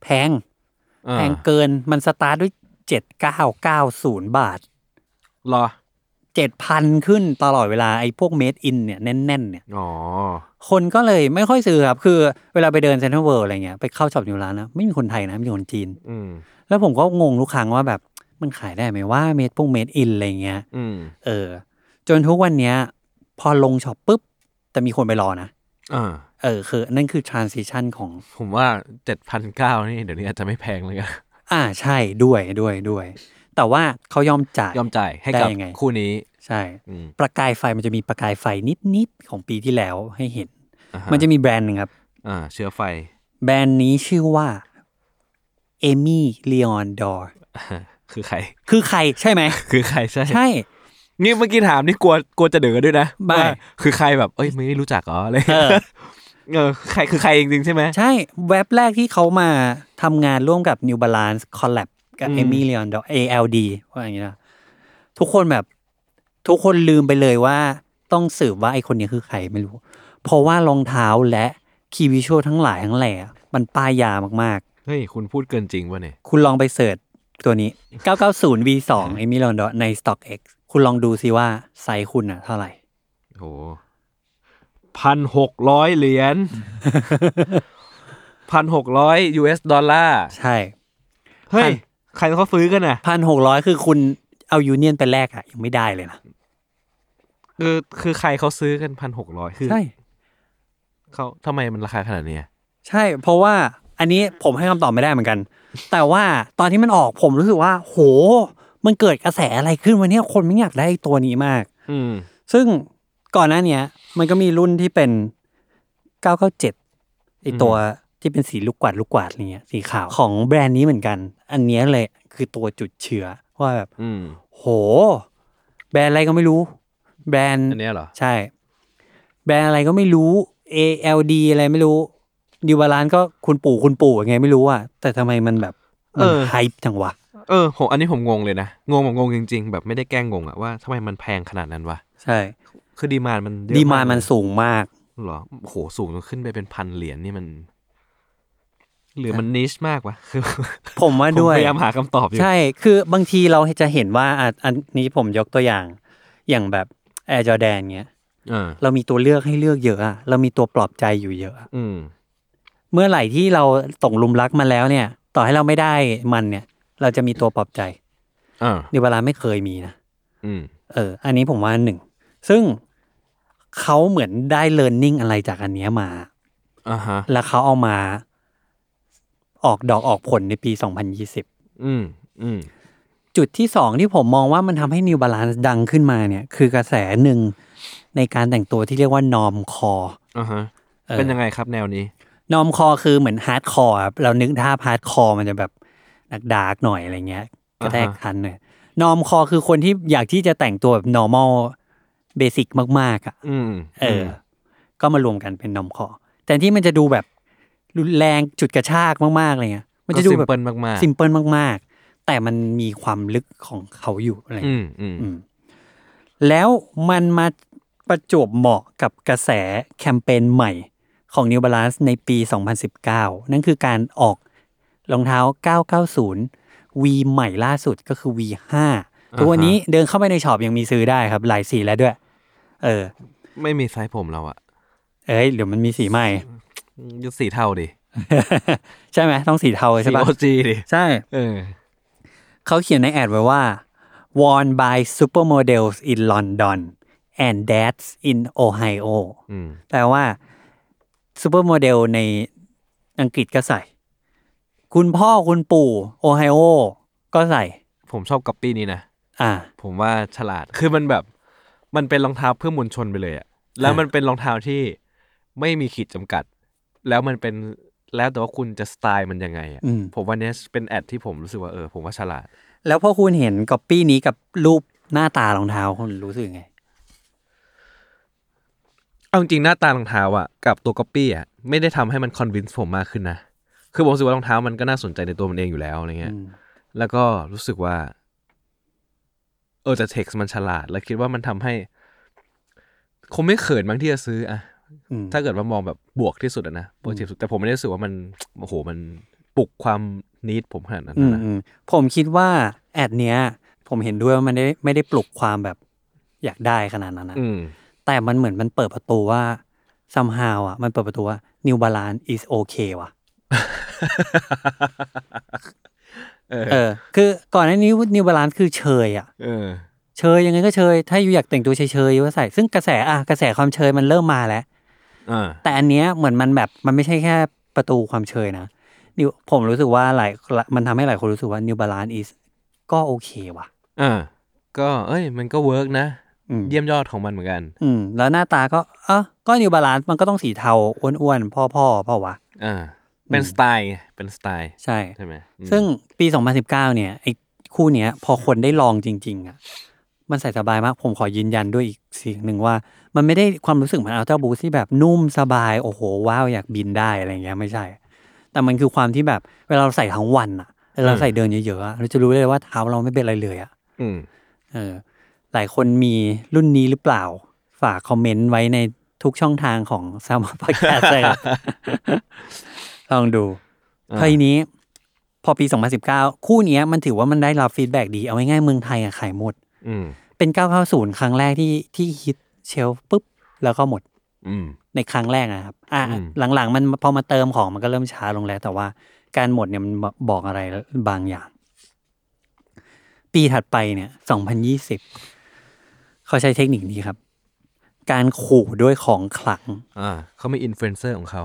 S2: แพง
S3: อ่า
S2: แพงเกินมันสตาร์ทด้วย 7990 บาท
S3: รอ
S2: 7,000 ขึ้นตลอดเวลาไอ้พวก made in เนี่ยแน่นๆเนี่ย
S3: อ๋อ
S2: คนก็เลยไม่ค่อยซื้อครับ คือเวลาไปเดินเซ็นทรัลเวิลด์อะไรเงี้ย ไปเข้าช็อปนิวร้านนะ ไม่มีคนไทยนะ มีคนจีน
S3: อืม
S2: แล้วผมก็งงทุกครั้งว่าแบบมันขายได้ไหมว่าเมดพวกเมดอินอะไรเงี้ย
S3: อืม
S2: เออ จนทุกวันเนี้ย พอลงช็อปปุ๊บ แต่มีคนไปรอนะ
S3: อ่า
S2: เออ คือ นั่นคือ transition ของ
S3: ผมว่าเจ็ดพันเก้านี่เดี๋ยวนี้อาจจะไม่แพงเลย อะ
S2: อ่าใช่ด้วยด้วยด้วย แต่ว่าเขายอมจ่าย
S3: ยอมจ่ายให้กับ
S2: ได้ยังไง
S3: คู่นี้
S2: ใช่
S3: อืม
S2: ประกายไฟมันจะมีประกายไฟนิดๆของปีที่แล้วให้เห็น
S3: อ่าฮ
S2: มันจะมีแบรนด์หนึงครับ
S3: อ่า เชื้อไฟ
S2: แบรนด์นี้ชื่อว่าเอมี่เล n ออนดอร์
S3: คือใคร
S2: คือใครใช่ไหม
S3: คือใครใช่
S2: ใช่
S3: นี่เมื่อกี้ถามนี่กลัวกลัวจะเดือด้วยนะ
S2: ไม่
S3: ว่าคือใครแบบ เอ้ยไม่รู้จักเหรออะไร
S2: เออ
S3: เออใครคือใครจริงๆใช่ไหม
S2: ใช่เว็บแรกที่เขามาทำงานร่วมกับ New Balance Collab กับ
S3: อืม
S2: เอมิเลียนดอ ALD ว่าอย่างนี้นะ ทุกคนแบบทุกคนลืมไปเลยว่าต้องสืบว่าไอคนนี้คือใครไม่รู้ เพราะว่ารองเท้าและคีวิชวลทั้งหลายทั้งแหล่มันป้ายยามาก
S3: เฮ้ย คุณพูดเกินจริงวะเนี่ย
S2: ๆ คุณลองไปเสิร์ชตัวนี้ 990 V2 เอมิเลียนดอใน StockX คุณลองดูสิว่าไซส์คุณอะเท่าไหร่
S3: โหพันหกร้อยเหรีย ญพันหกร้อย US ดอลลาร์
S2: ใช่
S3: เฮ้ย ใครเขาซื้อกันน่ะ
S2: พันหกร้อยคือคุณเอายูเนียนไปแลกอะยังไม่ได้เลยนะ
S3: คือคือใครเขาซื้อกันพันหกร้อยคือ
S2: ใช่
S3: เขาทำไมมันราคาขนาดเนี้ย
S2: ใช่ เพราะว่าอันนี้ผมให้คำตอบไม่ได้เหมือนกัน แต่ว่าตอนที่มันออกผมรู้สึกว่า โห มันเกิดกระแสอะไรขึ้นวันนี้คนไม่อยากได้ตัวนี้มาก
S3: อืม
S2: ซึ่งก่อนหน้าเนี้ย มันก็มีรุ่นที่เป็น 997ไอตัวที่เป็นสีลูกกวาดลูกกวาดอะไรเงี้ยสีขาวของแบรนด์นี้เหมือนกัน อันเนี้ยเลยคือตัวจุดเชื้อว่าแบบ
S3: อืม
S2: โห แบรนด์อะไรก็ไม่รู้ แบรนด์
S3: อันเนี้ยเหรอ
S2: ใช่ แบรนด์อะไรก็ไม่รู้ ALD อะไรไม่รู้ดิวบาลานก็คุณปู่คุณปู่ยังไงไม่รู้อ่ะแต่ทำไมมันแบบมัน
S3: เออ
S2: ไฮป์จังวะ
S3: เออผมอันนี้ผมงงเลยนะ งงแบบงงจริง ๆ แบบไม่ได้แกล้งงงอะว่าทำไมมันแพงขนาดนั้นวะ
S2: ใช่
S3: คือดีมานมันเยอะ
S2: ดีมานมันสูงมาก
S3: เหรอโอ้โหสูงจนขึ้นไปเป็นพันเหรียญนี่มัน หรือมันนิชมากวะ คือ
S2: ผมว่าด้วย
S3: ผพยายามหาคำตอบอยู่
S2: ใช่ คือบางทีเราจะเห็นว่าอ่ะอันนี้ผมยกตัวอย่าง อย่างแบบแอร์จอแดนเงี้ย
S3: เออ
S2: เรามีตัวเลือกให้เลือกเยอะอะเรามีตัวปลอบใจอยู่เยอะอะ
S3: อืม
S2: เมื่อไหร่ที่เราตกหลุมรักมันแล้วเนี่ย ต่อให้เราไม่ได้มันเนี่ย เราจะมีตัวปลอบใจ
S3: อ่า
S2: ในเวลาไม่เคยมีนะ
S3: อืม
S2: เออ อันนี้ผมว่าหนึ่ง ซึ่งเขาเหมือนได้เลิร์นนิ่งอะไรจากอันเนี้ยมา
S3: อ่าฮะ
S2: แล้วเขาเอามาออกดอกออกผลในปี 2020
S3: อืม อืม
S2: จุดที่สองที่ผมมองว่ามันทำให้ New Balance ดังขึ้นมาเนี่ย คือกระแสหนึ่งในการแต่งตัวที่เรียกว่านอมคอ
S3: อ่าฮะ
S2: เออ
S3: เป็นยังไงครับแนวนี้
S2: นอมคอคือเหมือนฮาร์ดคอร์ครับเรานึกภาพฮาร์ดคอร์มันจะแบบหนักดาร์กหน่อยอะไรเงี้ยกระแทก
S3: อ่าฮะ
S2: คันเนี่อยนอมคอคือคนที่อยากที่จะแต่งตัวแบบ normal basic มาก ๆอ่ะ
S3: อืม
S2: เอออ ก็มารวมกันเป็นนอมคอ แต่ที่มันจะดูแบบรุนแรงจุดกระชากมากๆอะไรเงี้ย มันจะดูแบบ
S3: เปิลมากๆ
S2: ซิมเพิลมาก ๆ แต่มันมีความลึกของเขาอยู่อะไร
S3: อื
S2: เงี้ย
S3: มอืม
S2: อืมแล้วมันมาประจวบเหมาะกับกระแสแคมเปญใหม่ของ New Balance ในปี 2019 นั่นคือการออกรองเท้า 990 V ใหม่ล่าสุดก็คือ V5 ตัวนี้เดินเข้าไปในช็อปยังมีซื้อได้ครับ หลายสีแล้วด้วย เออ
S3: ไม่มีไซส์ผมเราอะ
S2: เอ้ยเดี๋ยวมันมีสีใหม่
S3: ยุดสีเท่าดิ
S2: ใช่ไหมต้องสีเทา
S3: สี
S2: ใช่ปะ
S3: โอจีดิ
S2: ใช่
S3: เออ
S2: เขาเขียนในแอดไว้ว่า worn by supermodels in London and dads in Ohio
S3: อืม
S2: แปลว่าซูเปอร์โมเดลในอังกฤษก็ใส่ คุณพ่อคุณปู่โอไฮโอก็ใส่
S3: ผมชอบก๊อปปี้นี้นะ
S2: อ่า
S3: ผมว่าฉลาด คือมันแบบ มันเป็นรองเท้าเพื่อมวลชนไปเลยอะแล้วมันเป็นรองเท้าที่ไม่มีขีดจำกัด แล้วมันเป็น แล้วแต่ว่าคุณจะสไตล์มันยังไงอะ
S2: อืม
S3: ผมว่าเนี้ยเป็นแอดที่ผมรู้สึกว่าเออ ผมว่าฉลาด
S2: แล้วพอคุณเห็นก๊อปปี้นี้กับรูปหน้าตารองเท้าคุณรู้สึกไง
S3: เอาจริงๆหน้าตารองเท้าอ่ะกับตัวก๊อปปี้อ่ะไม่ได้ทำให้มันคอนวินส์ผมมากขึ้นนะ คือผมรู้สึกว่ารองเท้ามันก็น่าสนใจในตัวมันเองอยู่แล้วอะไรเงี้ย
S2: อืม
S3: แล้วก็รู้สึกว่า เออแต่เท็กซ์มันฉลาด แล้วคิดว่ามันทำให้ คงไม่เขินมั้งที่จะซื้ออะ
S2: อืม
S3: ถ้าเกิดว่ามองแบบบวกที่สุดอะนะโพสิทีฟสุดแต่ผมไม่ได้รู้สึกว่ามันโอ้โหมันปลุกความนิดผมขนาดนั้น
S2: อืม
S3: นะ
S2: อืมผมคิดว่าแอดเนี้ย ผมเห็นด้วยว่ามันไม่ได้ไม่ได้ปลุกความแบบอยากได้ขนาดนั้นนะ
S3: อืม
S2: แต่มันเหมือนมันเปิดประตูว่า somehow อ่ะ มันเปิดประตูว่า New Balance is okay ว่ะ
S3: เออ
S2: เออ คือก่อนหน้านี้ New Balance คือเชยอ่ะ
S3: เออ
S2: เชยยังไงก็เชย ถ้าอยู่อยากแต่งตัวเชยเชยๆก็ใส่ ซึ่งกระแสอ่ะกระแสความเชยมันเริ่มมาแล้ว
S3: อ่า
S2: แต่อันเนี้ยเหมือนมันแบบมันไม่ใช่แค่ประตูความเชยนะนิวผมรู้สึกว่าหลายมันทำให้หลายคนรู้สึกว่า New Balance is ก็โอเคว่ะ
S3: อ่าก็เอ้ย มันก็เวิร์กนะ
S2: อืม
S3: เยี่ยมยอดของมันเหมือนกัน
S2: อืม แล้วหน้าตาก็เออก็ New Balance มันก็ต้องสีเทาอ้วนๆพ่อพ่อๆเปล่าวะ
S3: อ่า เป็น
S2: อืม
S3: สไตล์ไงเป็นสไตล์
S2: ใช่
S3: ใช่ไหมอืม
S2: ซึ่งปี 2019 เนี่ยไอ้คู่เนี้ย พอคนได้ลองจริง ๆอ่ะมันใส่สบายมาก ผมขอยืนยันด้วยอีกเสิ่งหนึ่งว่า มันไม่ได้ความรู้สึกเหมือนอัลตร้าบูสที่แบบนุ่มสบาย โอ้โห ว้าว อยากบินได้อะไรเงี้ยไม่ใช่ แต่มันคือความที่แบบ เวลาเราใส่ทั้งวันอ่ะเวลาเราใส่เดินเยอะๆอะเราจะรู้เลยว่าเท้าเราไม่เป็นอะไรเลยอ่ะ
S3: อืม
S2: เออหลายคนมีรุ่นนี้หรือเปล่า ฝากคอมเมนต์ไว้ในทุกช่องทางของซามพอดแคสต์เลยครับ ลองดู
S3: อ่า
S2: ทีนี้ พอปี 2019 คู่เนี้ยมันถือว่ามันได้รับฟีดแบ็กดี เอาง่ายๆเมืองไทยอะขายหมด
S3: อืม
S2: เป็น 990 ครั้งแรกที่ที่ฮิตเชลฟ์ปุ๊บ แล้วก็หมด
S3: อืม
S2: ในครั้งแรกนะครับ อ่ะ
S3: อืม
S2: หลังๆ มันพอมาเติมของมันก็เริ่มช้าลงแล้ว แต่ว่าการหมดเนี่ยมันบอกอะไรบางอย่าง ปีถัดไปเนี่ย 2020 เขาใช้เทคนิคนี้ครับ การขู่ด้วยของขลัง
S3: อ่าเขามีอินฟลูเอนเซอร์ของเขา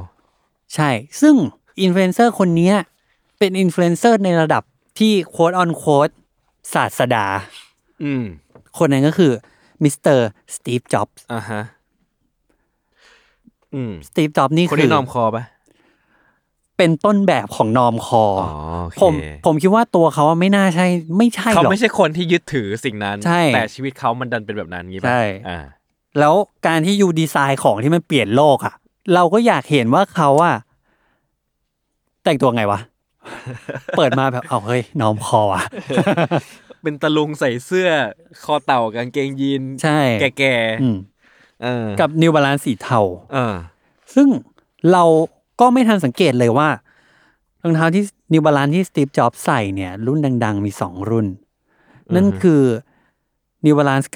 S2: ใช่ ซึ่งอินฟลูเอนเซอร์คนเนี้ยเป็นอินฟลูเอนเซอร์ในระดับที่โค้ดออนโค้ดศาสดา
S3: อืม
S2: คนนั้นก็คือมิสเตอร์สตีฟจ็อบส์
S3: อ่าฮะ อืม
S2: สตีฟจ็อบนี่
S3: คน
S2: คื
S3: ที่
S2: อน
S3: อมคอปะ
S2: เป็นต้นแบบของนอมคออ
S3: อ๋อโอเค
S2: ผมผมคิดว่าตัวเขาไม่น่าใช่ ไม่ใช่ห
S3: เขา
S2: รอก
S3: ไม่ใช่คนที่ยึดถือสิ่งนั้น
S2: ใช่
S3: แต่ชีวิตเขามันดันเป็นแบบนั้นงี้ป่ะ
S2: ใช่
S3: อ่า
S2: แล้วการที่ยูดีไซน์ของที่มัน เปลี่ยนโลกอะเราก็อยากเห็นว่าเขาอะแต่งตัวไงวะ เปิดมาแบบ เอาเฮ้ยน้อมคอว่ะ
S3: เป็นตะลุงใส่เสื้อ คอเต่ากางเกงยีน
S2: ใช่
S3: แก่
S2: อืม
S3: ๆเออ
S2: กับนิวบาลานสีเทา
S3: เออ
S2: ซึ่งเราก็ไม่ทันสังเกตเลยว่ารองเท้าที่นิวบาลานที่สตีฟจ็อบใส่เนี่ย รุ่นดัง ๆ มีสองรุ่น นั่นคือ New Balance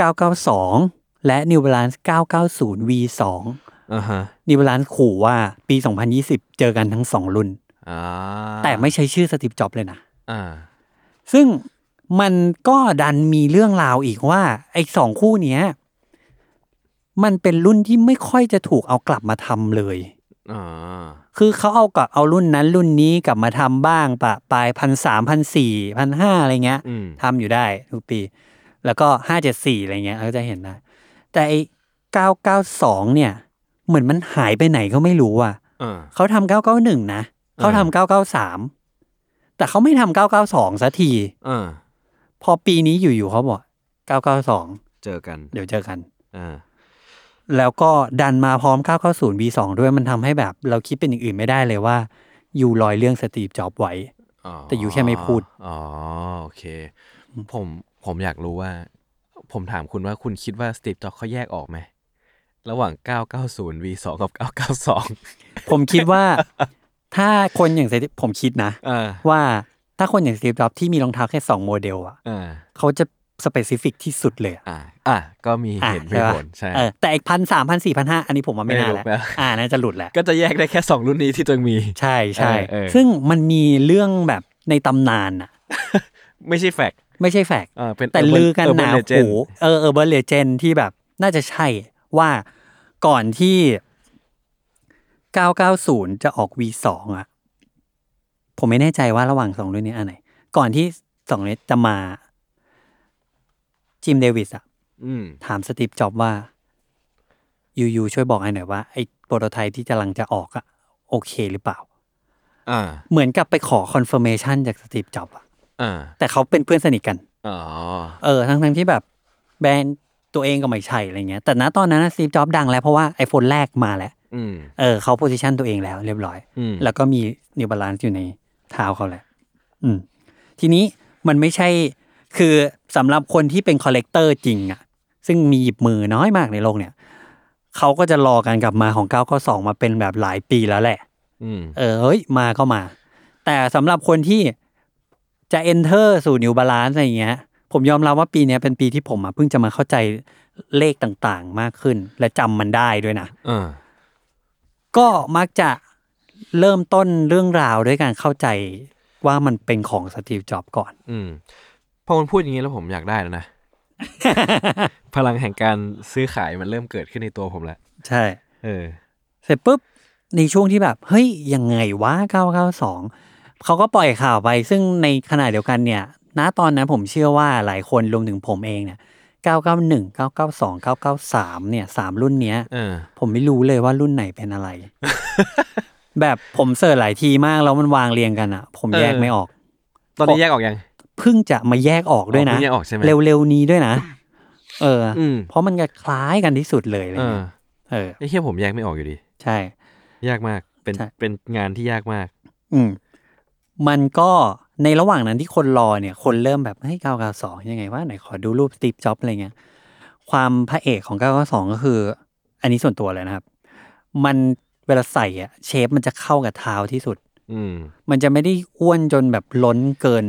S2: 992 และ New Balance 990 V2
S3: อ่าฮะ
S2: New Balance ขู่ว่าปี 2020 เจอกันทั้งสองรุ่น
S3: อ่า
S2: แต่ไม่ใช้ชื่อสตีฟจ็อบเลยนะ
S3: อ่า
S2: ซึ่งมันก็ดันมีเรื่องราวอีกว่า ไอ้สองคู่เนี้ย มันเป็นรุ่นที่ไม่ค่อยจะถูกเอากลับมาทำเลย
S3: อ่า
S2: คือเขาเอากลับเอารุ่นนั้นรุ่นนี้กลับมาทำบ้างปะปลายพันสามพันสี่พันห้าอะไรเงี้ย
S3: อืม
S2: ทำอยู่ได้ทุกปี แล้วก็ห้าเจ็ดสี่อะไรเงี้ยเราก็จะเห็นนะ แต่ไอ้เก้าเก้าสองเนี่ย เหมือนมันหายไปไหนก็ไม่รู้อ่ะ
S3: เออ
S2: เขาทำเก้าเก้าหนึ่งนะเขาทำเก้าเก้าสามแต่เขาไม่ทำเก้าเก้าสองสักที
S3: เออ
S2: พอปีนี้อยู่ๆเขาบอกเก้าเก้าสอง
S3: เจอกัน
S2: เดี๋ยวเจอกัน
S3: อ่า
S2: แล้วก็ดันมาพร้อม 990 V2 ด้วยมันทำให้แบบ เราคิดเป็นอย่างอื่นไม่ได้เลยว่า อยู่ลอยเรื่องสตีฟจ็อบไว้
S3: อ๋อ
S2: แต่อยู่แค่ไม่พูด
S3: อ๋อ โอเค ผม ผมอยากรู้ว่า ผมถามคุณว่าคุณคิดว่าสตีฟจ็อบเขาแยกออกไหม ระหว่าง 990 V2 กับ 992
S2: ผมคิดว่า ถ้าคนอย่าง Steve- ผมคิดนะ
S3: อ่า
S2: ว่าถ้าคนอย่างสตีฟจ็อบที่มีรองเท้าแค่ 2 โมเดลอ่ะ
S3: อ่า
S2: เขาจะสเปซิฟิกที่สุดเลยอะ
S3: อ่า อ่า ก็มีเหตุมี
S2: อ่ะ
S3: ผล ใช่
S2: ปะเออแต่อีกพันสามพันสี่พันห้าอันนี้ผมว่าไม่น่า
S3: ไม่หลุ
S2: แล้ว
S3: ดแล้ว
S2: อ่าน่าจะหลุดแหละ
S3: ก็จะแยกได้แค่ 2 รุ่นนี้ที่ตัวเองมี
S2: ใช่ใช่
S3: เออเออ
S2: ซึ่งมันมีเรื่องแบบในตำนานอ่ะ
S3: ไม่ใช่แฟกต์
S2: ไม่ใช่แฟกต์
S3: อ่าเป็น
S2: แต่
S3: urban-
S2: ลือกันหนา
S3: urban
S2: หู
S3: legend
S2: เออเออเบอร์เลเจนที่แบบน่าจะใช่ว่าก่อนที่ 990 จะออก V2 อ่ะ ผมไม่แน่ใจว่าระหว่างสองรุ่นนี้อันไหน ก่อนที่สองรุ่นนี้จะมา จิมเดวิสอ่ะ
S3: อืม
S2: ถามสตีฟจ็อบว่า ยูยูช่วยบอกให้หน่อยว่า ไอ้โปรโตไทป์ที่กำลังจะออกอ่ะ โอเคหรือเปล่า
S3: อ่า
S2: เหมือนกับไปขอคอนเฟิร์มชันจากสตีฟจ็อบอ่ะ
S3: อ่า
S2: แต่เขาเป็นเพื่อนสนิทกัน
S3: อ๋อ
S2: เออทั้งทั้งๆที่แบบแบรนด์ตัวเองก็ไม่ใช่อะไรเงี้ย แต่ณตอนนั้นซีฟจ็อบดังแล้ว เพราะว่า iPhone แรกมาแล้ว
S3: อืม
S2: เออเขาโพสิชันตัวเองแล้วเรียบร้อย
S3: อืม
S2: แล้วก็มีนิวบาลานซ์อยู่ในเท้าเขาแหละอืม ทีนี้มันไม่ใช่คือสำหรับคนที่เป็นคอลเลกเตอร์จริงอะซึ่งมีหยิบมือน้อยมากในโลกเนี่ย เขาก็จะรอการกลับมาของ9ก้าสองมาเป็นแบบหลายปีแล้วแหละ
S3: อืม
S2: เออเฮ้ยมาก็มา แต่สำหรับคนที่จะ enter สู่ New Balance อะไรอย่างเงี้ย ผมยอมรับว่าปีเนี้ยเป็นปีที่ผมอะเพิ่งจะมาเข้าใจเลขต่างๆมากขึ้น และจำมันได้ด้วยนะ
S3: อ่า
S2: ก็มักจะเริ่มต้นเรื่องราวด้วยการเข้าใจว่ามันเป็นของสตีฟจ็อบก่อน
S3: อืมพอมันพูดอย่างนี้แล้วผมอยากได้ แล้วนะ พลังแห่งการซื้อขายมันเริ่มเกิดขึ้นในตัวผมแล้ว
S2: ใช่
S3: เออ
S2: เสร็จปุ๊บ ในช่วงที่แบบ เฮ้ย ยังไงวะ 992 เขาก็ปล่อยข่าวไปซึ่งในขณะเดียวกันเนี่ย ณตอนนั้นผมเชื่อว่าหลายคนรวมถึงผมเองเนี่ย 991 992 993 เนี่ยสามรุ่นเนี้ย
S3: เออ
S2: ผมไม่รู้เลยว่ารุ่นไหนเป็นอะไร แบบผมเสิร์ชหลายทีมากแล้วมันวางเรียงกันอะผมแยก
S3: เออ
S2: ไม่ออก
S3: ตอนนี้แยกออกยัง
S2: เพิ่งจะมาแยกออกด้วยนะ
S3: อ๋อเพิ่งแยกออกใช่ไหม
S2: เร็วๆนี้ด้วยนะ เอออ
S3: อืม
S2: เพราะมันก็คล้ายกันที่สุดเลยอะไร
S3: เออ
S2: เงี้ยเออ
S3: ไอ้เหี้ยผมแยกไม่ออกอยู่ดี
S2: ใช่
S3: ยากมากเป็น
S2: ใช่
S3: เป็นงานที่ยากมาก
S2: อืมมันก็ในระหว่างนั้นที่คนรอเนี่ย คนเริ่มแบบเฮ้ย992 ยังไงว่าไหนขอดูรูปสตีฟจ็อบอะไรเงี้ยความพระเอกของ 992 ก็คือ อันนี้ส่วนตัวเลยนะครับ มันเวลาใส่อะเชฟมันจะเข้ากับเท้าที่สุด
S3: อืม
S2: มันจะไม่ได้อ้วนจนแบบล้นเกิน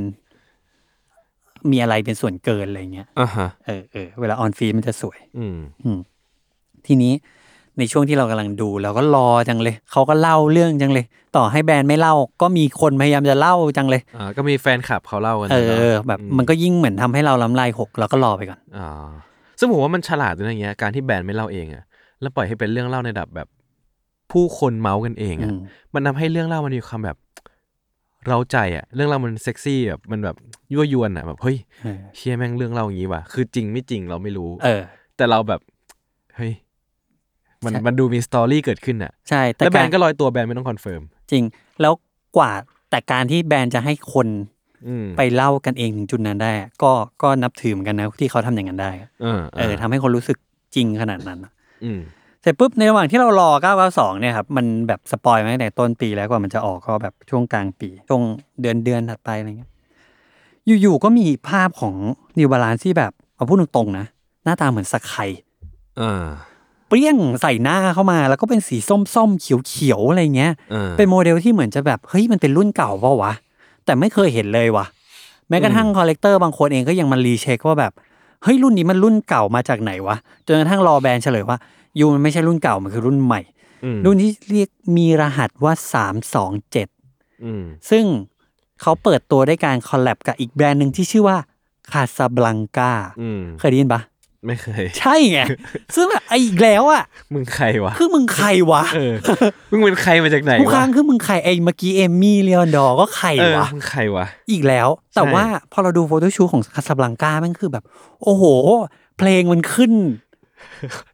S2: มีอะไรเป็นส่วนเกินอะไรเงี้ย
S3: อ่าฮะ
S2: เออเออเวลาออนฟีมันจะสวย
S3: อืม
S2: ทีนี้ในช่วงที่เรากำลังดูเราก็รอจังเลย เขาก็เล่าเรื่องจังเลย ต่อให้แบรนด์ไม่เล่า ก็มีคนพยายามจะเล่าจังเลย
S3: อ่า ก็มีแฟนคลับเขาเล่ากัน
S2: เอ
S3: นะ
S2: อ
S3: เนาะ
S2: แบบมันก็ยิ่งเหมือนทำให้เราล้ำลายหกเราก็รอไปก่อน
S3: อ๋อซึ่งผมว่ามันฉลาดด้วยนะอย่างเงี้ย การที่แบรนด์ไม่เล่าเองอะแล้วปล่อยให้เป็นเรื่องเล่าในระดับแบบ ผู้คนเมาส์กันเองอะ
S2: อืม
S3: มันทำให้เรื่องเล่ามันมีความแบบ เราใจอะเรื่องเล่ามันเซ็กซี่แบบมันแบบยั่วยวนอะแบบเฮ้ย
S2: เออ
S3: เชี่ยแม่งเรื่องเล่าอย่างนี้ว่ะ คือจริงไม่จริงเราไม่รู้
S2: เออ
S3: แต่เราแบบ เฮ้ย มัน
S2: ใช่
S3: มันดูมีสตอรี่เกิดขึ้นอ่ะ
S2: ใช่แต่
S3: แล้วแบร
S2: การ
S3: นด์ก็ลอยตัวแบรนด์ไม่ต้องคอนเฟิร์ม
S2: จริง แล้วกว่าแต่การที่แบรนด์จะให้คน
S3: อืม
S2: ไปเล่ากันเองถึงจุดนั้นได้ ก็ก็นับถือเหมือนกันนะที่เขาทำอย่างนั้นได้
S3: เออ
S2: เออทำให้คนรู้สึกจริงขนาดนั้น
S3: อืม
S2: เสร็จปุ๊บในระหว่างที่เรารอ 992 เนี่ยครับมันแบบสปอยล์มาตั้งแต่ต้นปีแล้วกว่ามันจะออกก็แบบช่วงกลางปี ช่วงเดือนเดือนถัดไปอะไรเงี้ยอยู่ๆก็มีภาพของ New Balance ที่แบบเอาพูดตรงๆนะ หน้าตาเหมือนสไคย
S3: อ่า
S2: เปรี้ยงใส่หน้าเข้ามาแล้วก็เป็นสีส้มๆ เขียวๆ อะไรเงี้ย
S3: อ่า
S2: เป็นโมเดลที่เหมือนจะแบบ เฮ้ย มันเป็นรุ่นเก่าเปล่าวะ แต่ไม่เคยเห็นเลยวะแม้กระทั่งคอลเลกเตอร์บางคนเองก็ยังมารีเช็คว่าแบบ เฮ้ย รุ่นนี้มันรุ่นเก่ามาจากไหนวะ จนกระทั่งรอแบรนด์เฉลยว่ายูมันไม่ใช่รุ่นเก่า มันคือรุ่นใหม่
S3: อืม
S2: รุ่นที่เรียกมีรหัสว่า 327
S3: อืม
S2: ซึ่งเขาเปิดตัวด้วยการคอลแลบกับอีกแบรนด์หนึ่งที่ชื่อว่าคาซาบลังกา
S3: อืม
S2: เคยได้ยินปะ
S3: ไม่เค ย
S2: ใช่ไง ซึ่งแบบไอ้อีกแล้วอะ
S3: มึงใครวะ
S2: คือมึงใครวะ
S3: เออ มึงเป็นใครมาจากไหน
S2: ทุกคว
S3: ะ
S2: รั้งคือมึงใครไอ้เมื่อกี้เอมมี่เลออนดอร์ก็ใคร
S3: เออ
S2: วะ
S3: มึงใครวะ
S2: อีกแล้ว แต่
S3: ใช่
S2: ว่าพอเราดูโฟโต้ชูของคาส a บลังกาแม่งคือแบบ โอ้โห เพลงมันขึ้น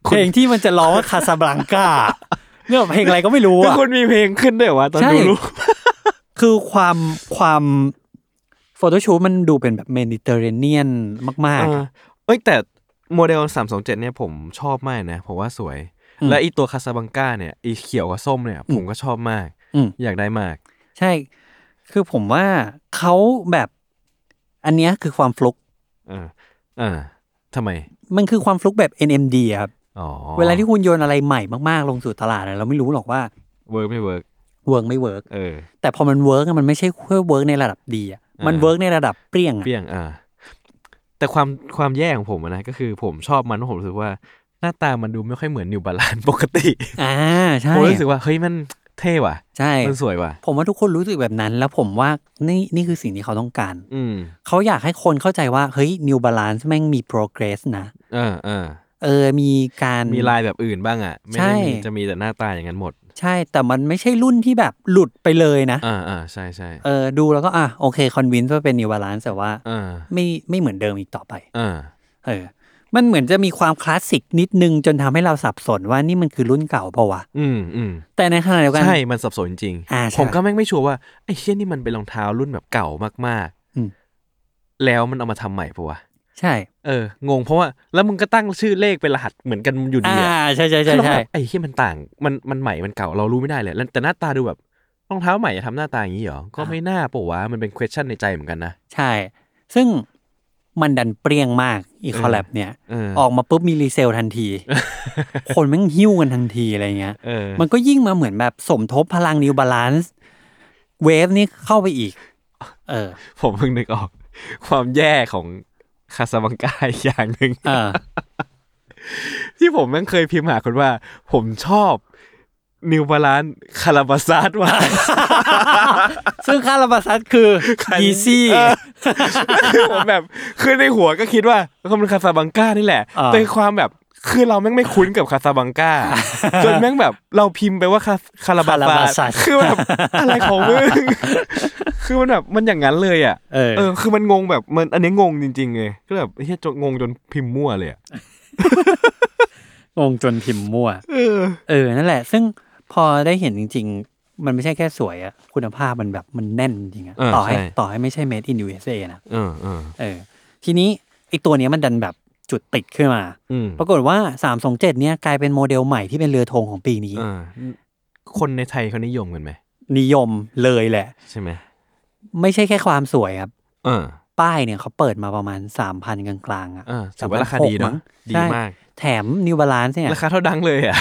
S2: เพลงที่มันจะร้องว่าคาส a บลังกาเนี่ยเพลงอะไรก็ไม่รู้
S3: ก็
S2: อะ
S3: คนมีเพลงขึ้นด้วยวะตอน
S2: ใช่
S3: ดูรูป
S2: คือความความโฟโต้ชูมันดูเป็นแบบเมดิเตอร์เรเนียนมาก
S3: เออเอ้ยแต่โมเดล 327 เนี่ยผมชอบมากนะ ผมว่าสวย
S2: อืม
S3: และอีตัวคาซาบังกาเนี่ยอีเขียวกับส้มเนี่ย ผมก็ชอบมาก
S2: อืม
S3: อยากได้มาก
S2: ๆ ใช่ คือผมว่าเขาแบบ อันเนี้ยคือความฟลุก
S3: อ่าอ่าทำไม
S2: มันคือความฟลุกแบบ NMD อะครับ
S3: อ๋อ
S2: เวลาที่คุณโยนอะไรใหม่มากๆ ลงสู่ตลาดอะเราไม่รู้หรอกว่า
S3: เวิร์กไม่เวิร์ก
S2: เวิร์กไม่เวิร์ก
S3: เออ
S2: แต่พอมันเวิร์กมันไม่ใช่แค่เวิร์กในระดับดีอะมัน
S3: อ่า
S2: เวิร์กในระดับเปรี้ยงอะ
S3: เปรี้ยงอ่าแต่ความความแย่ของผมอะนะก็คือผมชอบมันเพราะผมรู้สึกว่าหน้าตามันดูไม่ค่อยเหมือนนิวบาลานปกติ
S2: อ่าใช่
S3: ผมรู้สึกว่า เฮ้ยมันเท่ว่ะ
S2: ใช่
S3: มันสวยว่ะ
S2: ผมว่าทุกคนรู้สึกแบบนั้น แล้วผมว่านี่นี่คือสิ่งที่เขาต้องการ
S3: อืม
S2: เขาอยากให้คนเข้าใจว่า เฮ้ย New Balance แม่งมี progress นะ
S3: เออเออ
S2: เออ มีการ
S3: มีลายแบบอื่นบ้างอ่ะ ไม่ได้มี
S2: ใช่
S3: จะมีแต่หน้าตาอย่างนั้นหมด
S2: ใช่ แต่มันไม่ใช่รุ่นที่แบบหลุดไปเลยนะ
S3: อ่าอ่าใช่ใช่
S2: เออ ดูแล้วก็อ่ะโอเคคอนวินว่าเป็น New Balance แต่ว่า
S3: อ่า
S2: ไม่ไม่เหมือนเดิมอีกต่อไป
S3: อ่า
S2: เออ มันเหมือนจะมีความคลาสสิกนิดนึงจนทำให้เราสับสนว่านี่มันคือรุ่นเก่าเปล่าวะ
S3: อืมอืม
S2: แต่ในขณะเดียวกัน
S3: ใช่มันสับสนจริง
S2: อ่าใช่
S3: ผมก็แม่งไม่ชัวร์ว่าไอ้เชี่ยนี่มันเป็นรองเท้ารุ่นแบบเก่ามาก
S2: อืม
S3: ๆ แล้วมันเอามาทำใหม่ปะวะ
S2: ใช่
S3: เอองงเพราะว่าแล้วมึงก็ตั้งชื่อเลขเป็นรหัสเหมือนกันอยู่ดี
S2: อ่า
S3: อะ
S2: ใช่ใช่ใช่
S3: แล้ว
S2: ใช่
S3: แบบไอ้เชี่ยมันต่างมันมันใหม่มันเก่าเรารู้ไม่ได้เลยแล้วแต่หน้าตาดูแบบรองเท้าใหม่จะทำหน้าตาอย่างนี้เหรอก็ไม่น่าปะวะมันเป็น question ในใจเหมือนกันนะ
S2: ใช่ ซึ่งมันดันเปรี้ยงมากอีคอลแลบเนี่ย
S3: เออ
S2: ออกมาปุ๊บมีรีเซลทันที คนแม่งหิ้วกันทันทีอะไรเงี้ย
S3: เออ
S2: มันก็ยิ่งมาเหมือนแบบสมทบพลังนิวบาลานซ์เวฟนี่เข้าไปอีก เออ
S3: ผมเพิ่งนึกออก ความแย่ของคาสบังกาอีกอย่างหนึ่ง
S2: เออ
S3: ที่ผมแม่งเคยพิมพ์หาคนว่า ผมชอบนิวบาลานคาราบาซาดว่ะ
S2: ซึ่งค่าระบาซัดคือยีซี่
S3: เออ คือผมแบบคือในหัวก็คิดว่าก็มันคาสบังกานี่แหละ
S2: อ่า
S3: แต่ความแบบคือเราแม่งไม่คุ้นกับคาสบังก าจนแม่งแบบเราพิมพ์ไปว่าคาคาราบาซาด คือแบบอะไรของ มึง คือมันแบบมันอย่างนั้นเลยอ่ะ
S2: เออ
S3: เออคือมันงงแบบมันอันนี้งงจริงๆเลยก็แบบเฮ้ยจนงงจนพิมพ์มั่วเลยอะ
S2: งงจนพิมพ์มั่ว เออ นั่นแหละ ซึ่งพอได้เห็นจริง ๆ มันไม่ใช่แค่สวยอะคุณภาพมันแบบมันแน่นจริงอะ
S3: เออ
S2: ต่อให้
S3: ใช่
S2: ต่อให้ไม่ใช่ made in USA นะ
S3: เออเออ
S2: เออ ทีนี้ไอตัวเนี้ยมันดันแบบจุดติดขึ้นมา
S3: อืม
S2: ปรากฏว่า 327 เนี่ยกลายเป็นโมเดลใหม่ที่เป็นเรือธงของปีนี้
S3: เออคนในไทยเขานิยมกันไหม
S2: นิยมเลยแหละ
S3: ใช่ไหม
S2: ไม่ใช่แค่ความสวยครับ
S3: เออ
S2: ป้ายเนี่ยเขาเปิดมาประมาณ 3,000 กลางๆอะ
S3: เออถือว่าราคาดี
S2: 3,600มั้
S3: เนาะ
S2: ง
S3: ดี
S2: ใช่
S3: มาก
S2: แถม New Balance เนี่ย
S3: ราคาเท่าดังเลยอ่ะ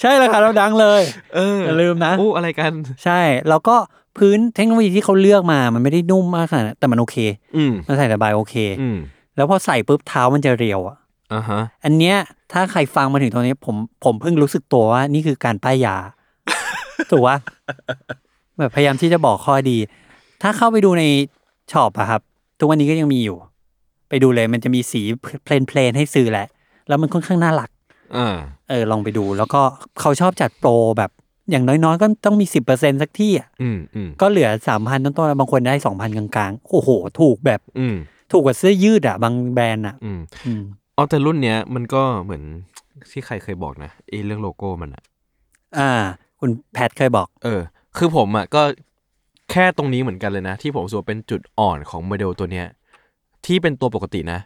S2: ใช่ราคาเราดังเลย
S3: เออ
S2: อย่าลืมนะ
S3: อู้อะไรกัน
S2: ใช่ แล้วก็พื้นเทคโนโลยีที่เขาเลือกมามันไม่ได้นุ่มมากขนาดนั้นแต่มันโอเค
S3: อืม
S2: มันใส่สบายโอเค
S3: อืม
S2: แล้วพอใส่ปุ๊บเท้ามันจะเรียวอ่ะ
S3: อ่าฮะ
S2: อันเนี้ยถ้าใครฟังมาถึงตรงนี้ผมผมเพิ่งรู้สึกตัวว่านี่คือการป้ายยา ถูกวะแบบพยายามที่จะบอกข้อดี ถ้าเข้าไปดูในช็อปอะครับ ทุกวันนี้ก็ยังมีอยู่ ไปดูเลยมันจะมีสีเพลนเพลนๆให้ซื้อแหละ แล้วมันค่อนข้างน่ารัก
S3: อ่า
S2: เออลองไปดู แล้วก็เขาชอบจัดโปรแบบ อย่างน้อยๆ ก็ต้องมีสิบเปอร์เซ็นสักที่อะ
S3: อืมอืม
S2: ก็เหลือสามพันต้นๆแล้วบางคนได้สองพันกลางๆ โอ้โห ถูกแบบ
S3: อืม
S2: ถูกกว่าเสื้อยืดอ่ะ บางแบรนด์อ่ะ
S3: อืม
S2: อืม
S3: อ๋อแต่รุ่นเนี้ยมันก็เหมือนที่ใครเคยบอกนะไอ้เรื่องโลโก้มันอะ
S2: อ่า คุณแพทเคยบอก
S3: เออ คือผมอ่ะก็แค่ตรงนี้เหมือนกันเลยนะ ที่ผมรู้สัวาเป็นจุดอ่อนของโมเดลตัวเนี้ย ที่เป็นตัวปกตินะ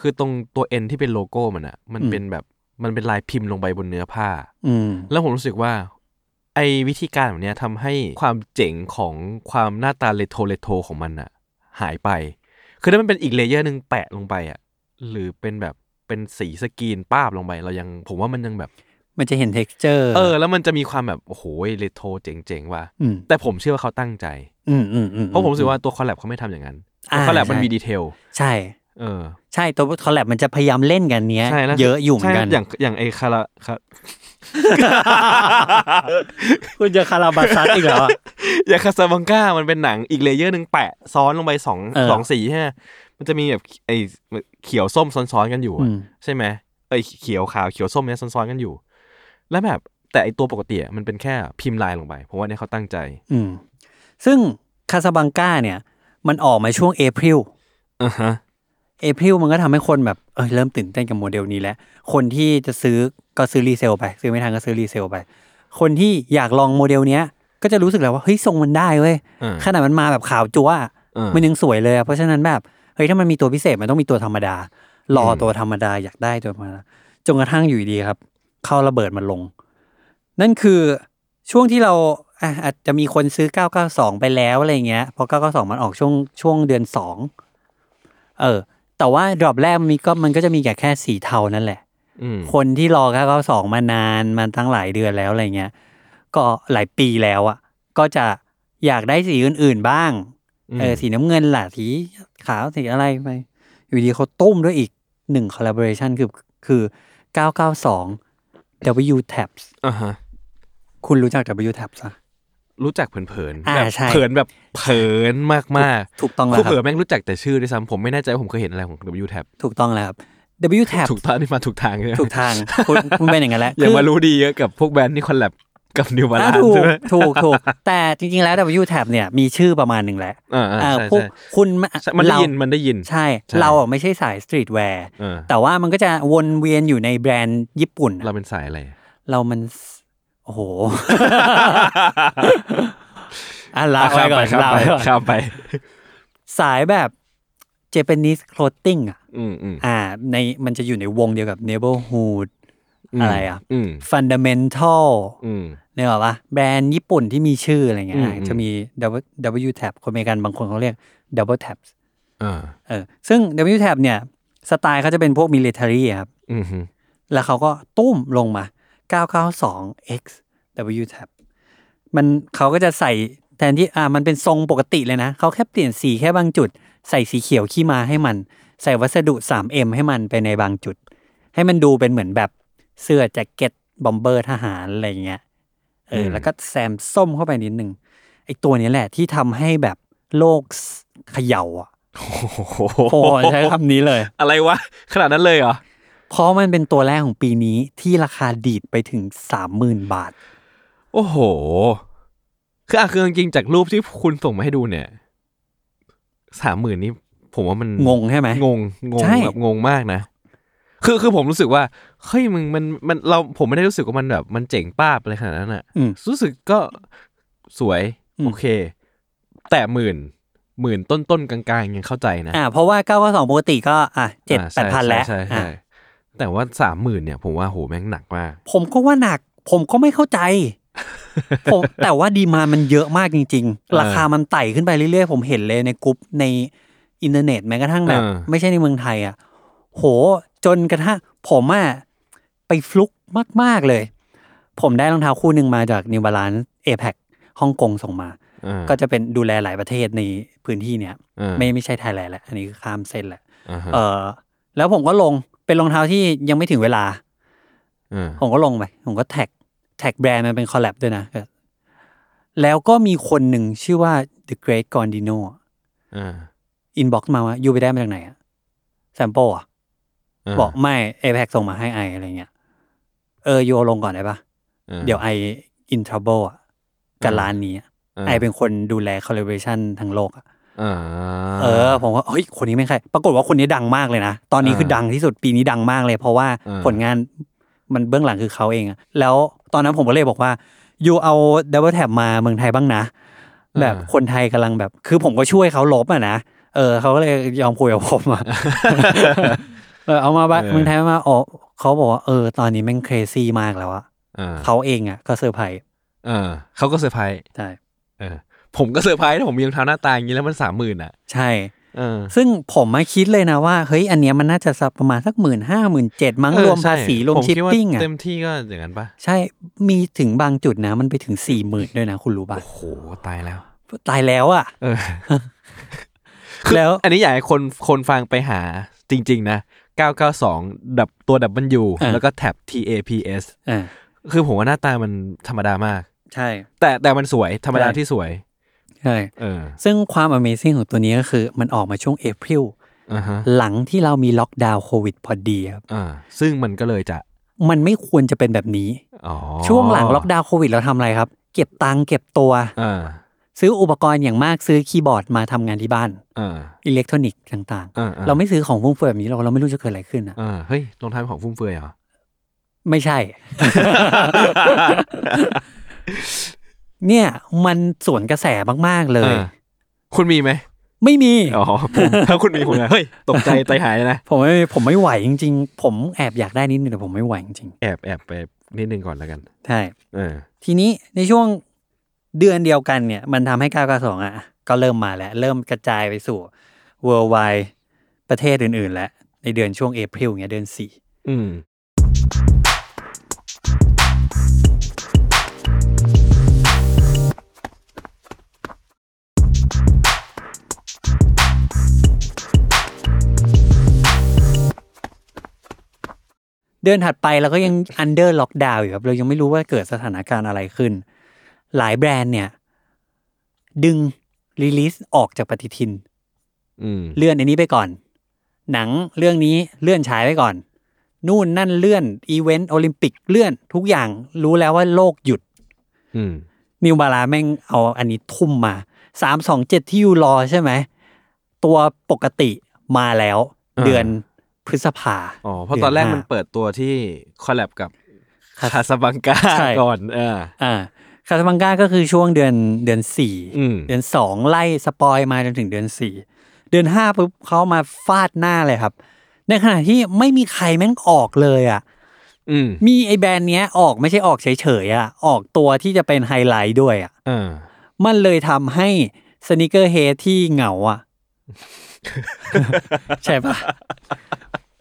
S3: คือตรงตัวเอ็นที่เป็นโลโก้มันอะมัน
S2: อืม
S3: เป็นแบบมันเป็นลายพิมพ์ลงไปบนเนื้อผ้า
S2: อืม
S3: แล้วผมรู้สึกว่า ไอ้วิธีการแบบเนี้ยทำให้ความเจ๋งของความหน้าตาเลโทเลโทของมันอะหายไป คือถ้ามันเป็นอีกเลเยอร์หนึ่งแปะลงไปอะหรือเป็นแบบเป็นสีสกรีนป้าบลงไป เรายังผมว่ามันยังแบบ
S2: มันจะเห็น t e x t อร์
S3: เออ แล้วมันจะมีความแบบโอ้โหเลโทเจ๋งๆว่ะ
S2: อืม
S3: แต่ผมเชื่อว่าเขาตั้งใจ
S2: อืมอืมอืม
S3: เพราะผมรู้สึกว่าตัวคอลแลบเขาไม่ทำอย่างนั้น
S2: อ่า
S3: คอลแลบมัน
S2: ใช่
S3: มีดีเทล
S2: ใช่
S3: เออ
S2: ใช่ตัวคอลแลบมันจะพยายามเล่นกันเนี้ย
S3: ใช่แล้ว
S2: เยอะอยู่เหมือนกัน
S3: ใช่อย่างอย่างไอ้คาราคา
S2: คุณจะคาราบาซัสอีกแล้ว
S3: อย่างคาซาบังกามันเป็นหนังอีกเลเยอร์หนึ่งแปะซ้อนลงไปสอง
S2: เออ
S3: สองสีใช่ไหมมันจะมีแบบไอ้เขียวส้มซ้อนๆกันอยู่
S2: อื
S3: อะ
S2: ม
S3: ใช่ไหมไอ้ยเขียวขาวเขียวส้มเนี่ยซ้อนๆกันอยู่ แล้วแบบแต่ไอ้ตัวปกติอะมันเป็นแค่พิมพ์ลายลงไป เพราะว่าเนี่ยเขาตั้งใจ
S2: อืมซึ่งคาซาบังกาเนี่ย มันออกมาช่วงเอพ i ิล
S3: อ่าฮะ
S2: เอพ i ิลมันก็ทำให้คนแบบเอยเริ่มตื่นเต้นกับโมเดลนี้แล้ว คนที่จะซื้อก็ซื้อรีเซลไป ซื้อไม่ทันก็ซื้อรีเซลไป คนที่อยากลองโมเดลเนี้ย ก็จะรู้สึกแล้วว่าเฮ้ยทรงมันได้เว้ย
S3: อ่า
S2: ขนาดมันมาแบบขาวจั๊วะ
S3: เออ
S2: มันยังสวยเลยอะเพราะฉะนั้นแบบเฮ้ยถ้ามันมีตัวพิเศษมันต้องมีตัวธรรมดา รอตัวธรรมดาอยากได้ตัวธรรมดาจนกระทั่งอยู่ดีครับ เข้าระเบิดมันลง นั่นคือช่วงที่เราอ่ะอาจจะมีคนซื้อ 992 ไปแล้วอะไรเงี้ยเพอ 992 มันออกช่วงช่วงเดือน 2 เออ แต่ว่าดรอปแรกมันมีก็มันก็จะมีแค่แค่สีเทานั่นแหละ
S3: อืม
S2: คนที่รอ 992 มานานมันตั้งหลายเดือนแล้วอะไรเงี้ย ก็หลายปีแล้วอะก็จะอยากได้สีอื่น ๆ บ้าง เออสีน้ำเงินล่ะสีขาวสีอะไรไปอยู่ดีเขาตุ้มด้วยอีกหนึ่ง collaboration คือคือ 992 W Tabs
S3: อ่าฮะ
S2: คุณรู้จัก W Tabs อะ
S3: รู้จักเผิน
S2: อ่า
S3: ๆแบบ
S2: ใช่
S3: เผินแบบเผินมาก
S2: ถูกต้อง
S3: ๆ
S2: แล้ว
S3: คือ
S2: ครั
S3: เผิน
S2: บ
S3: แม่งรู้จักแต่ชื่อด้วยซ้ำผมไม่แน่ใจว่าผมเคยเห็นอะไรของ W Tab
S2: ถูกต้องแล้วครับ W Tabs
S3: ถูกทางนี่มาถูกทางใช่ไหม
S2: ถูกทาง คุณคุณเป็นอย่างนั้นแหละ
S3: อย่ามา
S2: คือ
S3: รู้ดีเยอะกับพวกแบรนด์ที่คอลแลบกับนิวบาลา
S2: อ่าน ถูก
S3: ใช่ไหม
S2: ถูกถูก แต่จริง ๆ แล้ว W Tab เนี่ยมีชื่อประมาณหนึ่งแหละ
S3: อ่าๆ
S2: อ่า
S3: ใช่
S2: พวก
S3: ใช่
S2: คุณ
S3: ใช่มันได้
S2: เรา
S3: ยินมันได้ยิน
S2: ใช่
S3: ใช่
S2: เราอ่ะไม่ใช่สายสตรีทแวร์
S3: เออ
S2: แต่ว่ามันก็จะวนเวียนอยู่ในแบรนด์ญี่ปุ่นอะ
S3: เราเป็นสายอะไร
S2: เรามันสโอ้โห อ่ะลา
S3: อ่ะ
S2: ไว้ก่อน
S3: ข้าม
S2: ลา
S3: ไป
S2: ไว้ก่อน
S3: ข้ามไป
S2: สายแบบ Japanese clothing อ่ะ
S3: อืมอืม
S2: อ่า ในมันจะอยู่ในวงเดียวกับ neighborhood
S3: ม
S2: อะไรอ่ะ
S3: อืม
S2: fundamental
S3: อืม
S2: เนี่ยหรอปะแบรนด์ญี่ปุ่นที่มีชื่ออะไรเงี้ย
S3: อืม
S2: อ่ะ
S3: อืม
S2: จะมี double W tab คนอเมริกันบางคนเขาเรียก double tabs
S3: อ่า
S2: เออซึ่ง W tab เนี่ย สไตล์เขาจะเป็นพวก military อะครับ
S3: อืมฮึ
S2: แล้วเขาก็ตุ้มลงมา 992 x w tab มันเขาก็จะใส่แทนที่อ่ามันเป็นทรงปกติเลยนะ เขาแค่เปลี่ยนสีแค่บางจุด ใส่สีเขียวขี้มาให้มัน ใส่วัสดุ 3M ให้มันไปในบางจุด ให้มันดูเป็นเหมือนแบบเสื้อแจ็คเก็ต บอมเบอร์ทหาร อะไรอย่างเงี้ยเออแล้วก็แซมส้มเข้าไปนิดนึงไอตัวเนี้ยแหละที่ทำให้แบบโลกเขย่าอ่ะ
S3: โอ้โห
S2: โอ้ใช้คำนี้เลย
S3: อะไรวะ ขนาดนั้นเลยเหรอ
S2: เพราะมันเป็นตัวแรกของปีนี้ที่ราคาดีดไปถึง 30,000 บาท
S3: โอ้โห คืออ่ะคือจริงๆจากรูปที่คุณส่งมาให้ดูเนี่ยสามหมื่นนี่ผมว่ามัน
S2: งงใช่ไหม
S3: งงงง
S2: ใช่
S3: แบบงงมากนะ คือคือผมรู้สึกว่าเฮ้ยมึงมันมันเราผมไม่ได้รู้สึกว่ามันแบบ มันเจ๋งป้าบอะไรขนาดนั้นอะ
S2: อืม
S3: รู้สึกก็สวย
S2: อืม
S3: โอเค แต่หมื่นหมื่นต้นต้นๆกลางๆยังเข้าใจนะ
S2: อ่า เพราะว่า 992 ปกติก็อ่ะเจ็ด
S3: อ่า
S2: แปด
S3: ใช่
S2: พันแล้ว
S3: ใช่ใช่
S2: อ่ะ
S3: ใช่แต่ว่าสามหมื่นเนี่ย ผมว่าโหแม่งหนักมาก
S2: ผมก็ว่าหนัก ผมก็ไม่ เข้าใจ ผมแต่ว่าดีมามันเยอะมากจริง
S3: เออ
S2: ๆ ราคามันไต่ขึ้นไปเรื่อยๆ ผมเห็นเลยในกรุ๊ปในอินเทอร์เน็ตแม้กระทั่งแบบ
S3: เออ
S2: ไม่ใช่ในเมืองไทยอ่ะ โห จนกระทั่งผมอ่ะไปฟลุกมาก ๆ เลย ผมได้รองเท้าคู่หนึ่งมาจากนิวบาลานซ์เอแพฮ่องกงส่งมา
S3: เออ
S2: ก็จะเป็นดูแลหลายประเทศในพื้นที่เนี้ย
S3: เออ
S2: ไม่ไม่ใช่ไทยแลนด์แหละอันนี้คือข้ามเส้นแหละ
S3: อ่าฮะ
S2: เออแล้วผมก็ลงเป็นรองเท้าที่ยังไม่ถึงเวลา
S3: เออ
S2: ผมก็ลงไป ผมก็แท็กแท็กแบรนด์มันเป็นคอลแลบด้วยนะก็แล้วก็มีคนหนึ่งชื่อว่า The Great Gondino
S3: เออ
S2: อินบ็อกซ์มาว่ายูไปได้มาจากไหนอะแซมโปอ่ะ
S3: เออ
S2: บอกไม่เอแพส่งมาให้ไออะไรเงี้ยเออยูเอาลงก่อนได้ปะ
S3: ออ
S2: เดี๋ยวไออินทร o เบิลอ่ะกับร้านนี้อะไอเป็นคนดูแลคอลเลบเรชันทั้งโลกอะ
S3: เออ
S2: เออผมว่าเฮ้ยคนนี้ไม่งใคร ปรากฏว่าคนนี้ดังมากเลยนะ ตอนนี้
S3: อ่า
S2: คือดังที่สุดปีนี้ดังมากเลย เพราะว่า
S3: อ่า
S2: ผลงานมันเบื้องหลังคือเขาเองอะแล้วตอนนั้นผมก็เลยบอกว่ายูเอาดับเบิลแท็บมาเมืองไทยบ้างนะ แบบคนไทยกำลังแบบ คือผมก็ช่วยเขาลบอะนะเออเขาก็เลยยอมคุยกับผมอะ เออเอามาบ้าน
S3: เออ
S2: เมืองไทยมาอ๋อเขาบอกว่าเออตอนนี้แม่งเครซี่มากแล้วอะ
S3: เออ
S2: เขาเองอะก็เซอร์ไพรส์
S3: เออเขาก็เซอร์ไพรส์
S2: ใช่
S3: เออ ผมก็เซอร์ไพรส์นะผมยังทำหน้าตาอย่างนี้แล้วมันสามหมื่นอ่ะ
S2: ใช่
S3: เออ
S2: ซึ่งผมมาคิดเลยนะว่าเฮ้ยอันเนี้ยมันน่าจะสักประมาณสักหมื่นห้าหมื่นเจ็ดมั้ง
S3: เออ
S2: รวม
S3: ใช่
S2: ภาษีรวม
S3: ผ
S2: ชิป
S3: คิดา
S2: ปิ้งอะ
S3: เต็มที่ก็อย่างนั้นปะ
S2: ใช่มีถึงบางจุดนะ มันไปถึงสี่หมื่นด้วยนะคุณรู้ป่ะ
S3: โอ้โหตายแล้ว
S2: ตายแล้วอะ
S3: เออ คือ
S2: แล้ว
S3: อันนี้อยากให้คนคนฟังไปหาจริง ๆ นะ 992 ดับตัวดับมันยูแล้วก็แท็บ TAPS
S2: อ่า
S3: คือผมว่าหน้าตามันธรรมดามาก
S2: ใช่
S3: แต่แต่มันสวยธรรมดาที่สวย
S2: ใช่
S3: เออ
S2: ซึ่งความ Amazing ของตัวนี้ก็คือ มันออกมาช่วงเอพิล
S3: อ่าฮะ
S2: หลังที่เรามีล็อกดาวน์โควิดพอดีครับ
S3: อ่าซึ่งมันก็เลยจะ
S2: มันไม่ควรจะเป็นแบบนี้
S3: อ๋อ
S2: ช่วงหลังล็อกดาวน์โควิดเราทำอะไรครับ เก็บตังค์เก็บตัว
S3: อ่า
S2: ซื้ออุปกรณ์อย่างมากซื้อคีย์บอร์ดมาทำงานที่บ้าน
S3: อ่า
S2: อิเล็กทรอนิกส์ต่าง
S3: อ่า
S2: ๆ เราไม่ซื้อของฟุ่มเฟือยแบบนี้เราเราไม่รู้จะเกิดอะไรขึ้นอ่ะ
S3: อ่าเฮ้ยรองเท้าเป็นของฟุ่มเฟือยเหรอ
S2: ไม่ ใช่ เนี่ยมันสวนกระแสมาก ๆ เลย
S3: อ่า คุณมีไหม
S2: ไม่มี
S3: อ๋อผม ถ้าคุณมีผมนะเฮ้ยตกใจใจหายเลยนะ
S2: ผมไม่ผมไม่ไหวจริง ๆ ผมแอบอยากได้นิดนึงแต่ผมไม่ไหวจริง
S3: แอบแอบไปนิดนึงก่อนแล้วกัน
S2: ๆใช่
S3: เออ
S2: ทีนี้ในช่วงเดือนเดียวกันเนี่ย มันทำให้9ก้ากสองอ่ะ ก็เริ่มมาแล้ว เริ่มกระจายไปสู่ worldwide ประเทศอื่น ๆ แล้ว ในเดือนช่วงเอพ i l เงี้ยเดือนสี่
S3: อืม
S2: เดือนถัดไปเราก็ยัง under lockdown อยู่ครับเรายังไม่รู้ว่าเกิดสถานการณ์อะไรขึ้น หลายแบรนด์เนี่ย ดึง รีลิสออกจากปฏิทิน
S3: อืม
S2: เลื่อนอันนี้ไปก่อน หนังเรื่องนี้เลื่อนฉายไปก่อน นู่นนั่นเลื่อนอีเวนต์โอลิมปิกเลื่อนทุกอย่างรู้แล้วว่าโลกหยุด
S3: อืม
S2: นิวบาลาแม่งเอาอันนี้ทุ่มมาสามสองเจ็ดที่ยูรอใช่ไหม ตัวปกติมาแล้ว
S3: อ่า
S2: เดือนพฤษภา
S3: อ๋อ เพราะตอนแรกมันเปิดตัวที่คอลแลบกับคาสบังกา
S2: ใช่
S3: ก่อนเอ่า
S2: อ่าคาสบังกาก็คือช่วงเดือนเดือนสี่
S3: อืม
S2: เดือนสองไล่สปอยมาจนถึงเดือนสี่เดือนห้าปุ๊บเขามาฟาดหน้าเลยครับ ในขณะที่ไม่มีใครแม่งออกเลยอ่ะ
S3: อืม
S2: มีไอแบรนด์เนี้ยออกไม่ใช่ออกเฉยๆอ่ะออกตัวที่จะเป็นไฮไลท์ด้วยอ่ะ
S3: เอ่า
S2: มันเลยทำให้สนิเกอร์เฮดที่เหงาอ่ะ ใช่ปะ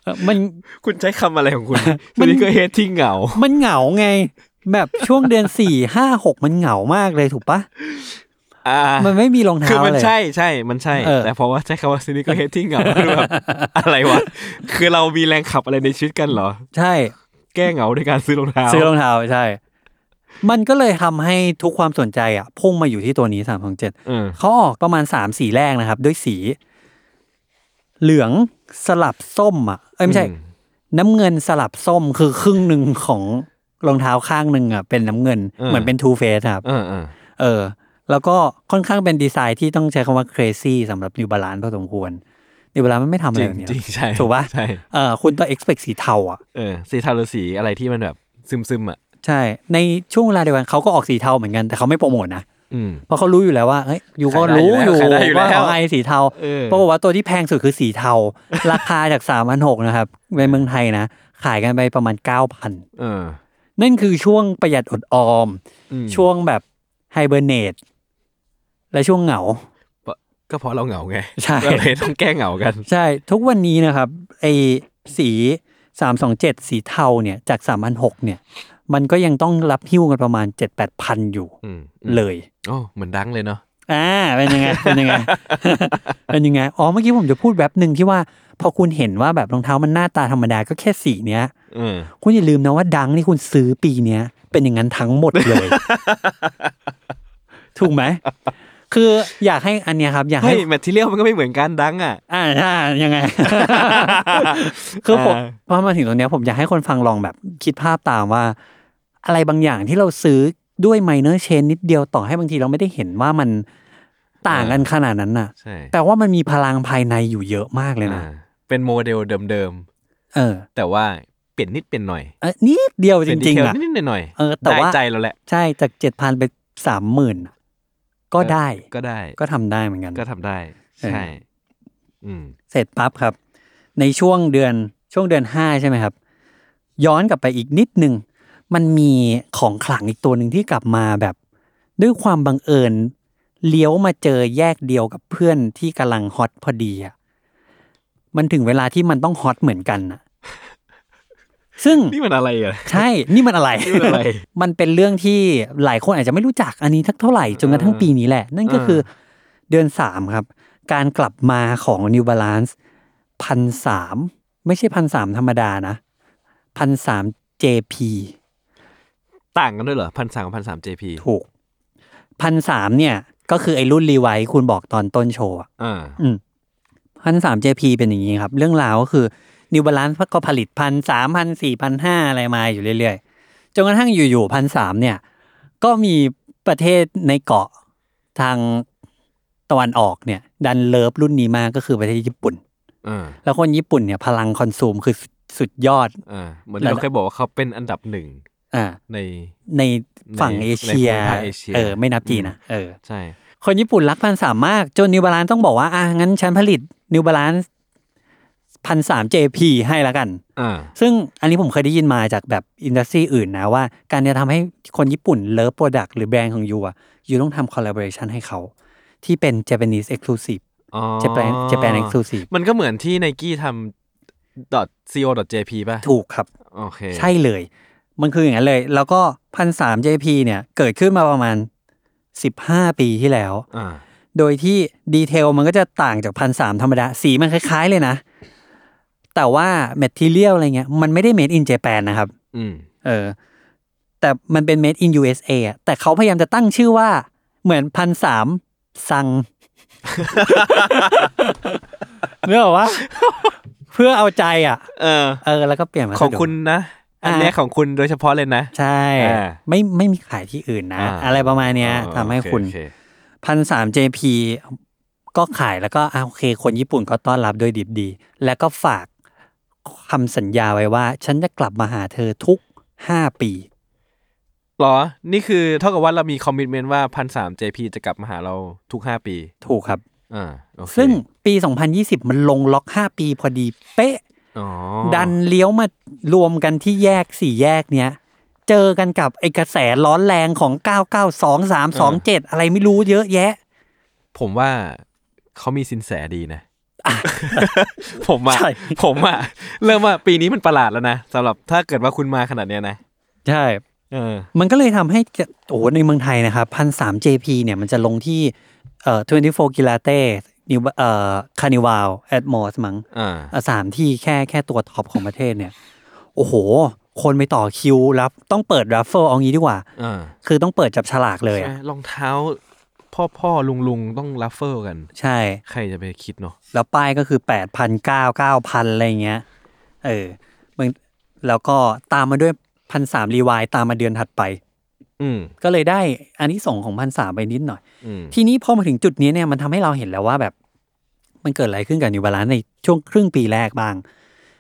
S2: เออมัน
S3: คุณใช้คำอะไรของคุณ
S2: มั
S3: มัน
S2: น
S3: นี้ก็เฮดที่เหงา
S2: มันเหงาไง แบบช่วงเดือนสี่ห้าหกมันเหงามากเลยถูกปะ
S3: อ่า
S2: มันไม่มีรอง
S3: คือ
S2: เท้า
S3: มัน
S2: เลย
S3: ใช่ใช่มันใช่
S2: เออ
S3: แต่เพราะว่าใช้คำว่าซินี่ก็เฮดที่เหงาคือแบบ อะไรวะ คือเรามีแรงขับอะไรในชีวิตกันเหรอ
S2: ใช่
S3: แก้เหงาด้วยการซื้อรองเท้า
S2: ซื้อรองเท้าใช่ มันก็เลยทำให้ทุกความสนใจอ่ะ พุ่งมาอยู่ที่ตัวนี้สามสองเจ็ด
S3: เออ
S2: เขาออกประมาณสามสีแรกนะครับ ด้วยสี เหลืองสลับส้มอ่ะ เอ้ยไม่ใช่
S3: อืม
S2: น้ำเงินสลับส้มคือครึ่งหนึ่งของรองเท้าข้างหนึ่งอ่ะเป็นน้ำเงิน
S3: เออ
S2: เหมือนเป็นทูเฟสครับ
S3: เออเออ
S2: เออ แล้วก็ค่อนข้างเป็นดีไซน์ที่ต้องใช้คำว่า crazy สำหรับ New Balance พอสมควร New Balance มันไม่ทำอะ
S3: จ
S2: ไร
S3: ริง
S2: แบบนี้ห
S3: จ
S2: ร
S3: ริ
S2: อง ก
S3: ใช่
S2: ถูกปะ
S3: ใช่
S2: เออคุณต้อง expect สีเทาอ่ะ
S3: เออ สีเทาหรือสีอะไรที่มันแบบซึมซึมๆอ่ะ
S2: ใช่ ในช่วงเวลาเดียวกันเขาก็ออกสีเทาเหมือนกันแต่เขาไม่โปรโมทนะ
S3: อืม
S2: เพราะเขารู้อยู่แล้วว่าเอ้ยยูก็
S3: ขายได้
S2: รู้
S3: อยู่
S2: อยู่
S3: แล้วขายได้อยู่แล้ว
S2: ว่าของไอสีเทา
S3: เออ
S2: ปรากฏว่าตัวที่แพงสุดคือสีเทา ราคาจากสามพันหกนะครับในเมืองไทยนะ ขายกันไปประมาณเก้าพัน
S3: เออ
S2: นั่นคือช่วงประหยัดอดออม
S3: อืม
S2: ช่วงแบบไฮเบอร์เนตและช่วงเหงา
S3: ก็เพราะเราเหงาไง
S2: ใช่
S3: เราเลยต้องแก้เหงากัน
S2: ใช่ ทุกวันนี้นะครับไอสีสามสองเจ็ดสีเทาเนี่ยจากสามพันหกเนี่ย มันก็ยังต้องรับหิ้วกันประมาณเจ็ดแปดพันอยู่
S3: อืม
S2: เลย
S3: โอ้เหมือนดังเลยเนาะ
S2: อ่าเป็นยังไงเป็นยังไง เป็นยังไงอ๋อเมื่อกี้ผมจะพูดแบบหนึ่งที่ว่า พอคุณเห็นว่าแบบรองเท้ามันหน้าตาธรรมดาก็แค่สีเนี้ย
S3: เออ
S2: คุณอย่าลืมนะว่าดังที่คุณซื้อปีเนี้ย เป็นอย่างนั้นทั้งหมดเลย ถูกไหม คืออยากให้อันเนี้ยครับ อยาก
S3: เฮ้
S2: ให้
S3: ยแมทเทียลมันก็ไม่เหมือนกันดังอ่ะ
S2: อ่าอ่ายัง ไง คือผม
S3: อ่า
S2: พอมาถึงตรงเนี้ยผมอยากให้คนฟังลองแบบ คิดภาพตามว่า อะไรบางอย่างที่เราซื้อด้วยไมเนอร์เชนนิดเดียวต่อให้บางทีเราไม่ได้เห็นว่ามันต่างกันขนาดนั้นน่ะ
S3: ใช่
S2: แปลว่ามันมีพลังภายในอยู่เยอะมากเลยนะ
S3: อ่าเป็นโมเดลเดิม
S2: เออ
S3: ๆ แต่ว่าเปลี่ยนนิดเปลี่ยนหน่อย
S2: เออนิดเดียวจริง ๆ อ่ะ
S3: เปลี่ยนดีเทลนิดๆหน่อย
S2: เออแต่
S3: ได้
S2: ว่า
S3: ใจเราแหละ
S2: ใช่จากเจ็ดพันไปสามหมื่นก็ได้
S3: ก็ได้
S2: ก็ทำได้เหมือนกัน
S3: ก็ทำได้ ใช่ อืม
S2: เสร็จปั๊บครับ ในช่วงเดือน ช่วงเดือนห้าใช่ไหมครับ ย้อนกลับไปอีกนิดนึง มันมีของขลังอีกตัวหนึ่งที่กลับมาแบบ ด้วยความบังเอิญเลี้ยวมาเจอแยกเดียวกับเพื่อนที่กำลังฮอตพอดีอ่ะมันถึงเวลาที่มันต้องฮอตเหมือนกันอ่ะ ซึ่ง
S3: นี่มันอะไรอ่ะ
S2: ใช่ นี่มันอะไร
S3: นี่มันอะไร
S2: มันเป็นเรื่องที่หลายคนอาจจะไม่รู้จักอันนี้ทักเท่าไหร่จนกระทั่งปีนี้แหละ นั่นก็คือเดือนสามครับ การกลับมาของ New Balance พันสามไม่ใช่พันสามธรรมดานะพันสาม JP
S3: ต่างกันด้วยเหรอพันสามพันสาม JP
S2: ถูกพันสามเนี่ย ก็คือไอ้รุ่นรีไวท์คุณบอกตอนต้นโชว์อะ
S3: อ่า
S2: พันสาม JP เป็นอย่างนี้ครับ เรื่องราวก็คือ New Balance ก็ผลิตพันสามพันสี่พันห้าอะไรมาอยู่เรื่อยๆ จนกระทั่งอยู่ๆพันสามเนี่ย ก็มีประเทศในเกาะทางตะวันออกเนี่ย ดันเลิฟรุ่นนี้มากก็คือประเทศญี่ปุ่น
S3: อ่า
S2: แล้วคนญี่ปุ่นเนี่ย พลังคอนซูมคือสุดสุดยอด
S3: อ่า เหมือน
S2: แล้ว
S3: เราเคยบอกว่าเขาเป็นอันดับหนึ่ง
S2: อ่า
S3: ใน
S2: ในฝั่ง
S3: ใน
S2: เอเชีย
S3: ในภูมิภาคเอเชีย
S2: เออไม่นับจีนนะเออ
S3: ใช่
S2: คนญี่ปุ่นรักพันสามมาก จนนิวบาลานต้องบอกว่า อ่ะ งั้นฉันผลิตนิวบาลานพันสาม JP ให้ละกัน
S3: อ่า
S2: ซึ่งอันนี้ผมเคยได้ยินมาจากแบบอินดัสทรีอื่นนะว่า การจะทำให้คนญี่ปุ่นเลิฟโปรดักต์หรือแบรนด์ของยูอะยูต้องทำคอลลาบอร์ชันให้เขา ที่เป็น Japanese Exclusive
S3: อ๋อ
S2: Japan Japan Exclusive
S3: มันก็เหมือนที่ไนกี้ทำ .co .jp ป่ะ
S2: ถูกครับ
S3: โอเค
S2: ใช่เลย มันคืออย่างนั้นเลย แล้วก็พันสาม JP เนี่ย เกิดขึ้นมาประมาณ 15 ปีที่แล้ว
S3: อ่า
S2: โดยที่ดีเทลมันก็จะต่างจากพันสามธรรมดา สีมันคล้ายๆเลยนะ แต่ว่าแมทเทียลอะไรเงี้ย มันไม่ได้ made in Japan นะครับ
S3: อืม
S2: เออ แต่มันเป็น made in USA อะแต่เขาพยายามจะตั้งชื่อว่า เหมือนพันสามซัง เนื้อว่า เพื่อเอาใจอ่ะ
S3: เออ
S2: เออ แล้วก็เปลี่ยนมา
S3: ของ
S2: สะดวก
S3: คุณนะ อันเนี้ยของคุณโดยเฉพาะเลยนะ
S2: ใช่
S3: อ่า
S2: ไม่ไม่มีขายที่อื่นนะ
S3: อ่า
S2: อะไรประมาณเนี้ยทำให้คุณ
S3: โอเโอเ
S2: พันสาม JP ก็ขายแล้วก็อ่ะโอเค คนญี่ปุ่นก็ต้อนรับด้วยดีดี แล้วก็ฝากคำสัญญาไว้ว่า ฉันจะกลับมาหาเธอทุกห้าปี
S3: หรอ นี่คือเท่ากับว่าเรามีคอมมิ t เมนต์ว่าพันสาม JP จะกลับมาหาเราทุกห้าปี
S2: ถูกครับ
S3: อ่า โอเค
S2: ซึ่งปี 2020 มันลงล็อก 5 ปีพอดีเป๊ะ
S3: อ๋อ
S2: ดันเลี้ยวมารวมกันที่แยกสี่แยกเนี้ย เจอกันกับไอกระแสร้อนแรงของ 992 327 อะไรไม่รู้เยอะแยะ
S3: ผมว่าเขามีสินแสดีนะ ผมอ่ะ
S2: ใช่
S3: ผมอ่ะเริ่มว่าปีนี้มันประหลาดแล้วนะสำหรับถ้าเกิดว่าคุณมาขนาดเนี้ยนะ
S2: ใช่
S3: เออ
S2: มันก็เลยทำให้จะโอ้โหในเมืองไทยนะครับพันสาม JP เนี่ยมันจะลงที่เอ่อ24กิลาเต้นิวเอ่อคานิวาลแอดมอสมั้ง
S3: อ่า
S2: อ่ะสามที่แค่แค่ตัวท็อปของประเทศเนี่ย โอ้โห คนไปต่อคิวรับต้องเปิดรัฟเฟิลเอางี้ดีกว่า
S3: อ่า
S2: คือต้องเปิดจับฉลากเลยอะ
S3: ใช่รองเท้า พ่อพ่อลุงลุงๆต้องรัฟเฟิลกัน
S2: ใช่
S3: ใครจะไปคิดเนาะ
S2: แล้วป้ายก็คือ 8 0 0 0 9 9 0 0 อะไรเงี้ย เออมึงแล้วก็ตามมาด้วยพันสามรีวายตามมาเดือนถัดไป
S3: อืม
S2: ก็เลยได้อันที่สองส์ของพันสามไปนิดหน่อย
S3: อืม
S2: ทีนี้พอมาถึงจุดนี้เนี่ยมันทำให้เราเห็นแล้วว่าแบบ มันเกิดอะไรขึ้นกับนิวบาลานในช่วงครึ่งปีแรกบ้าง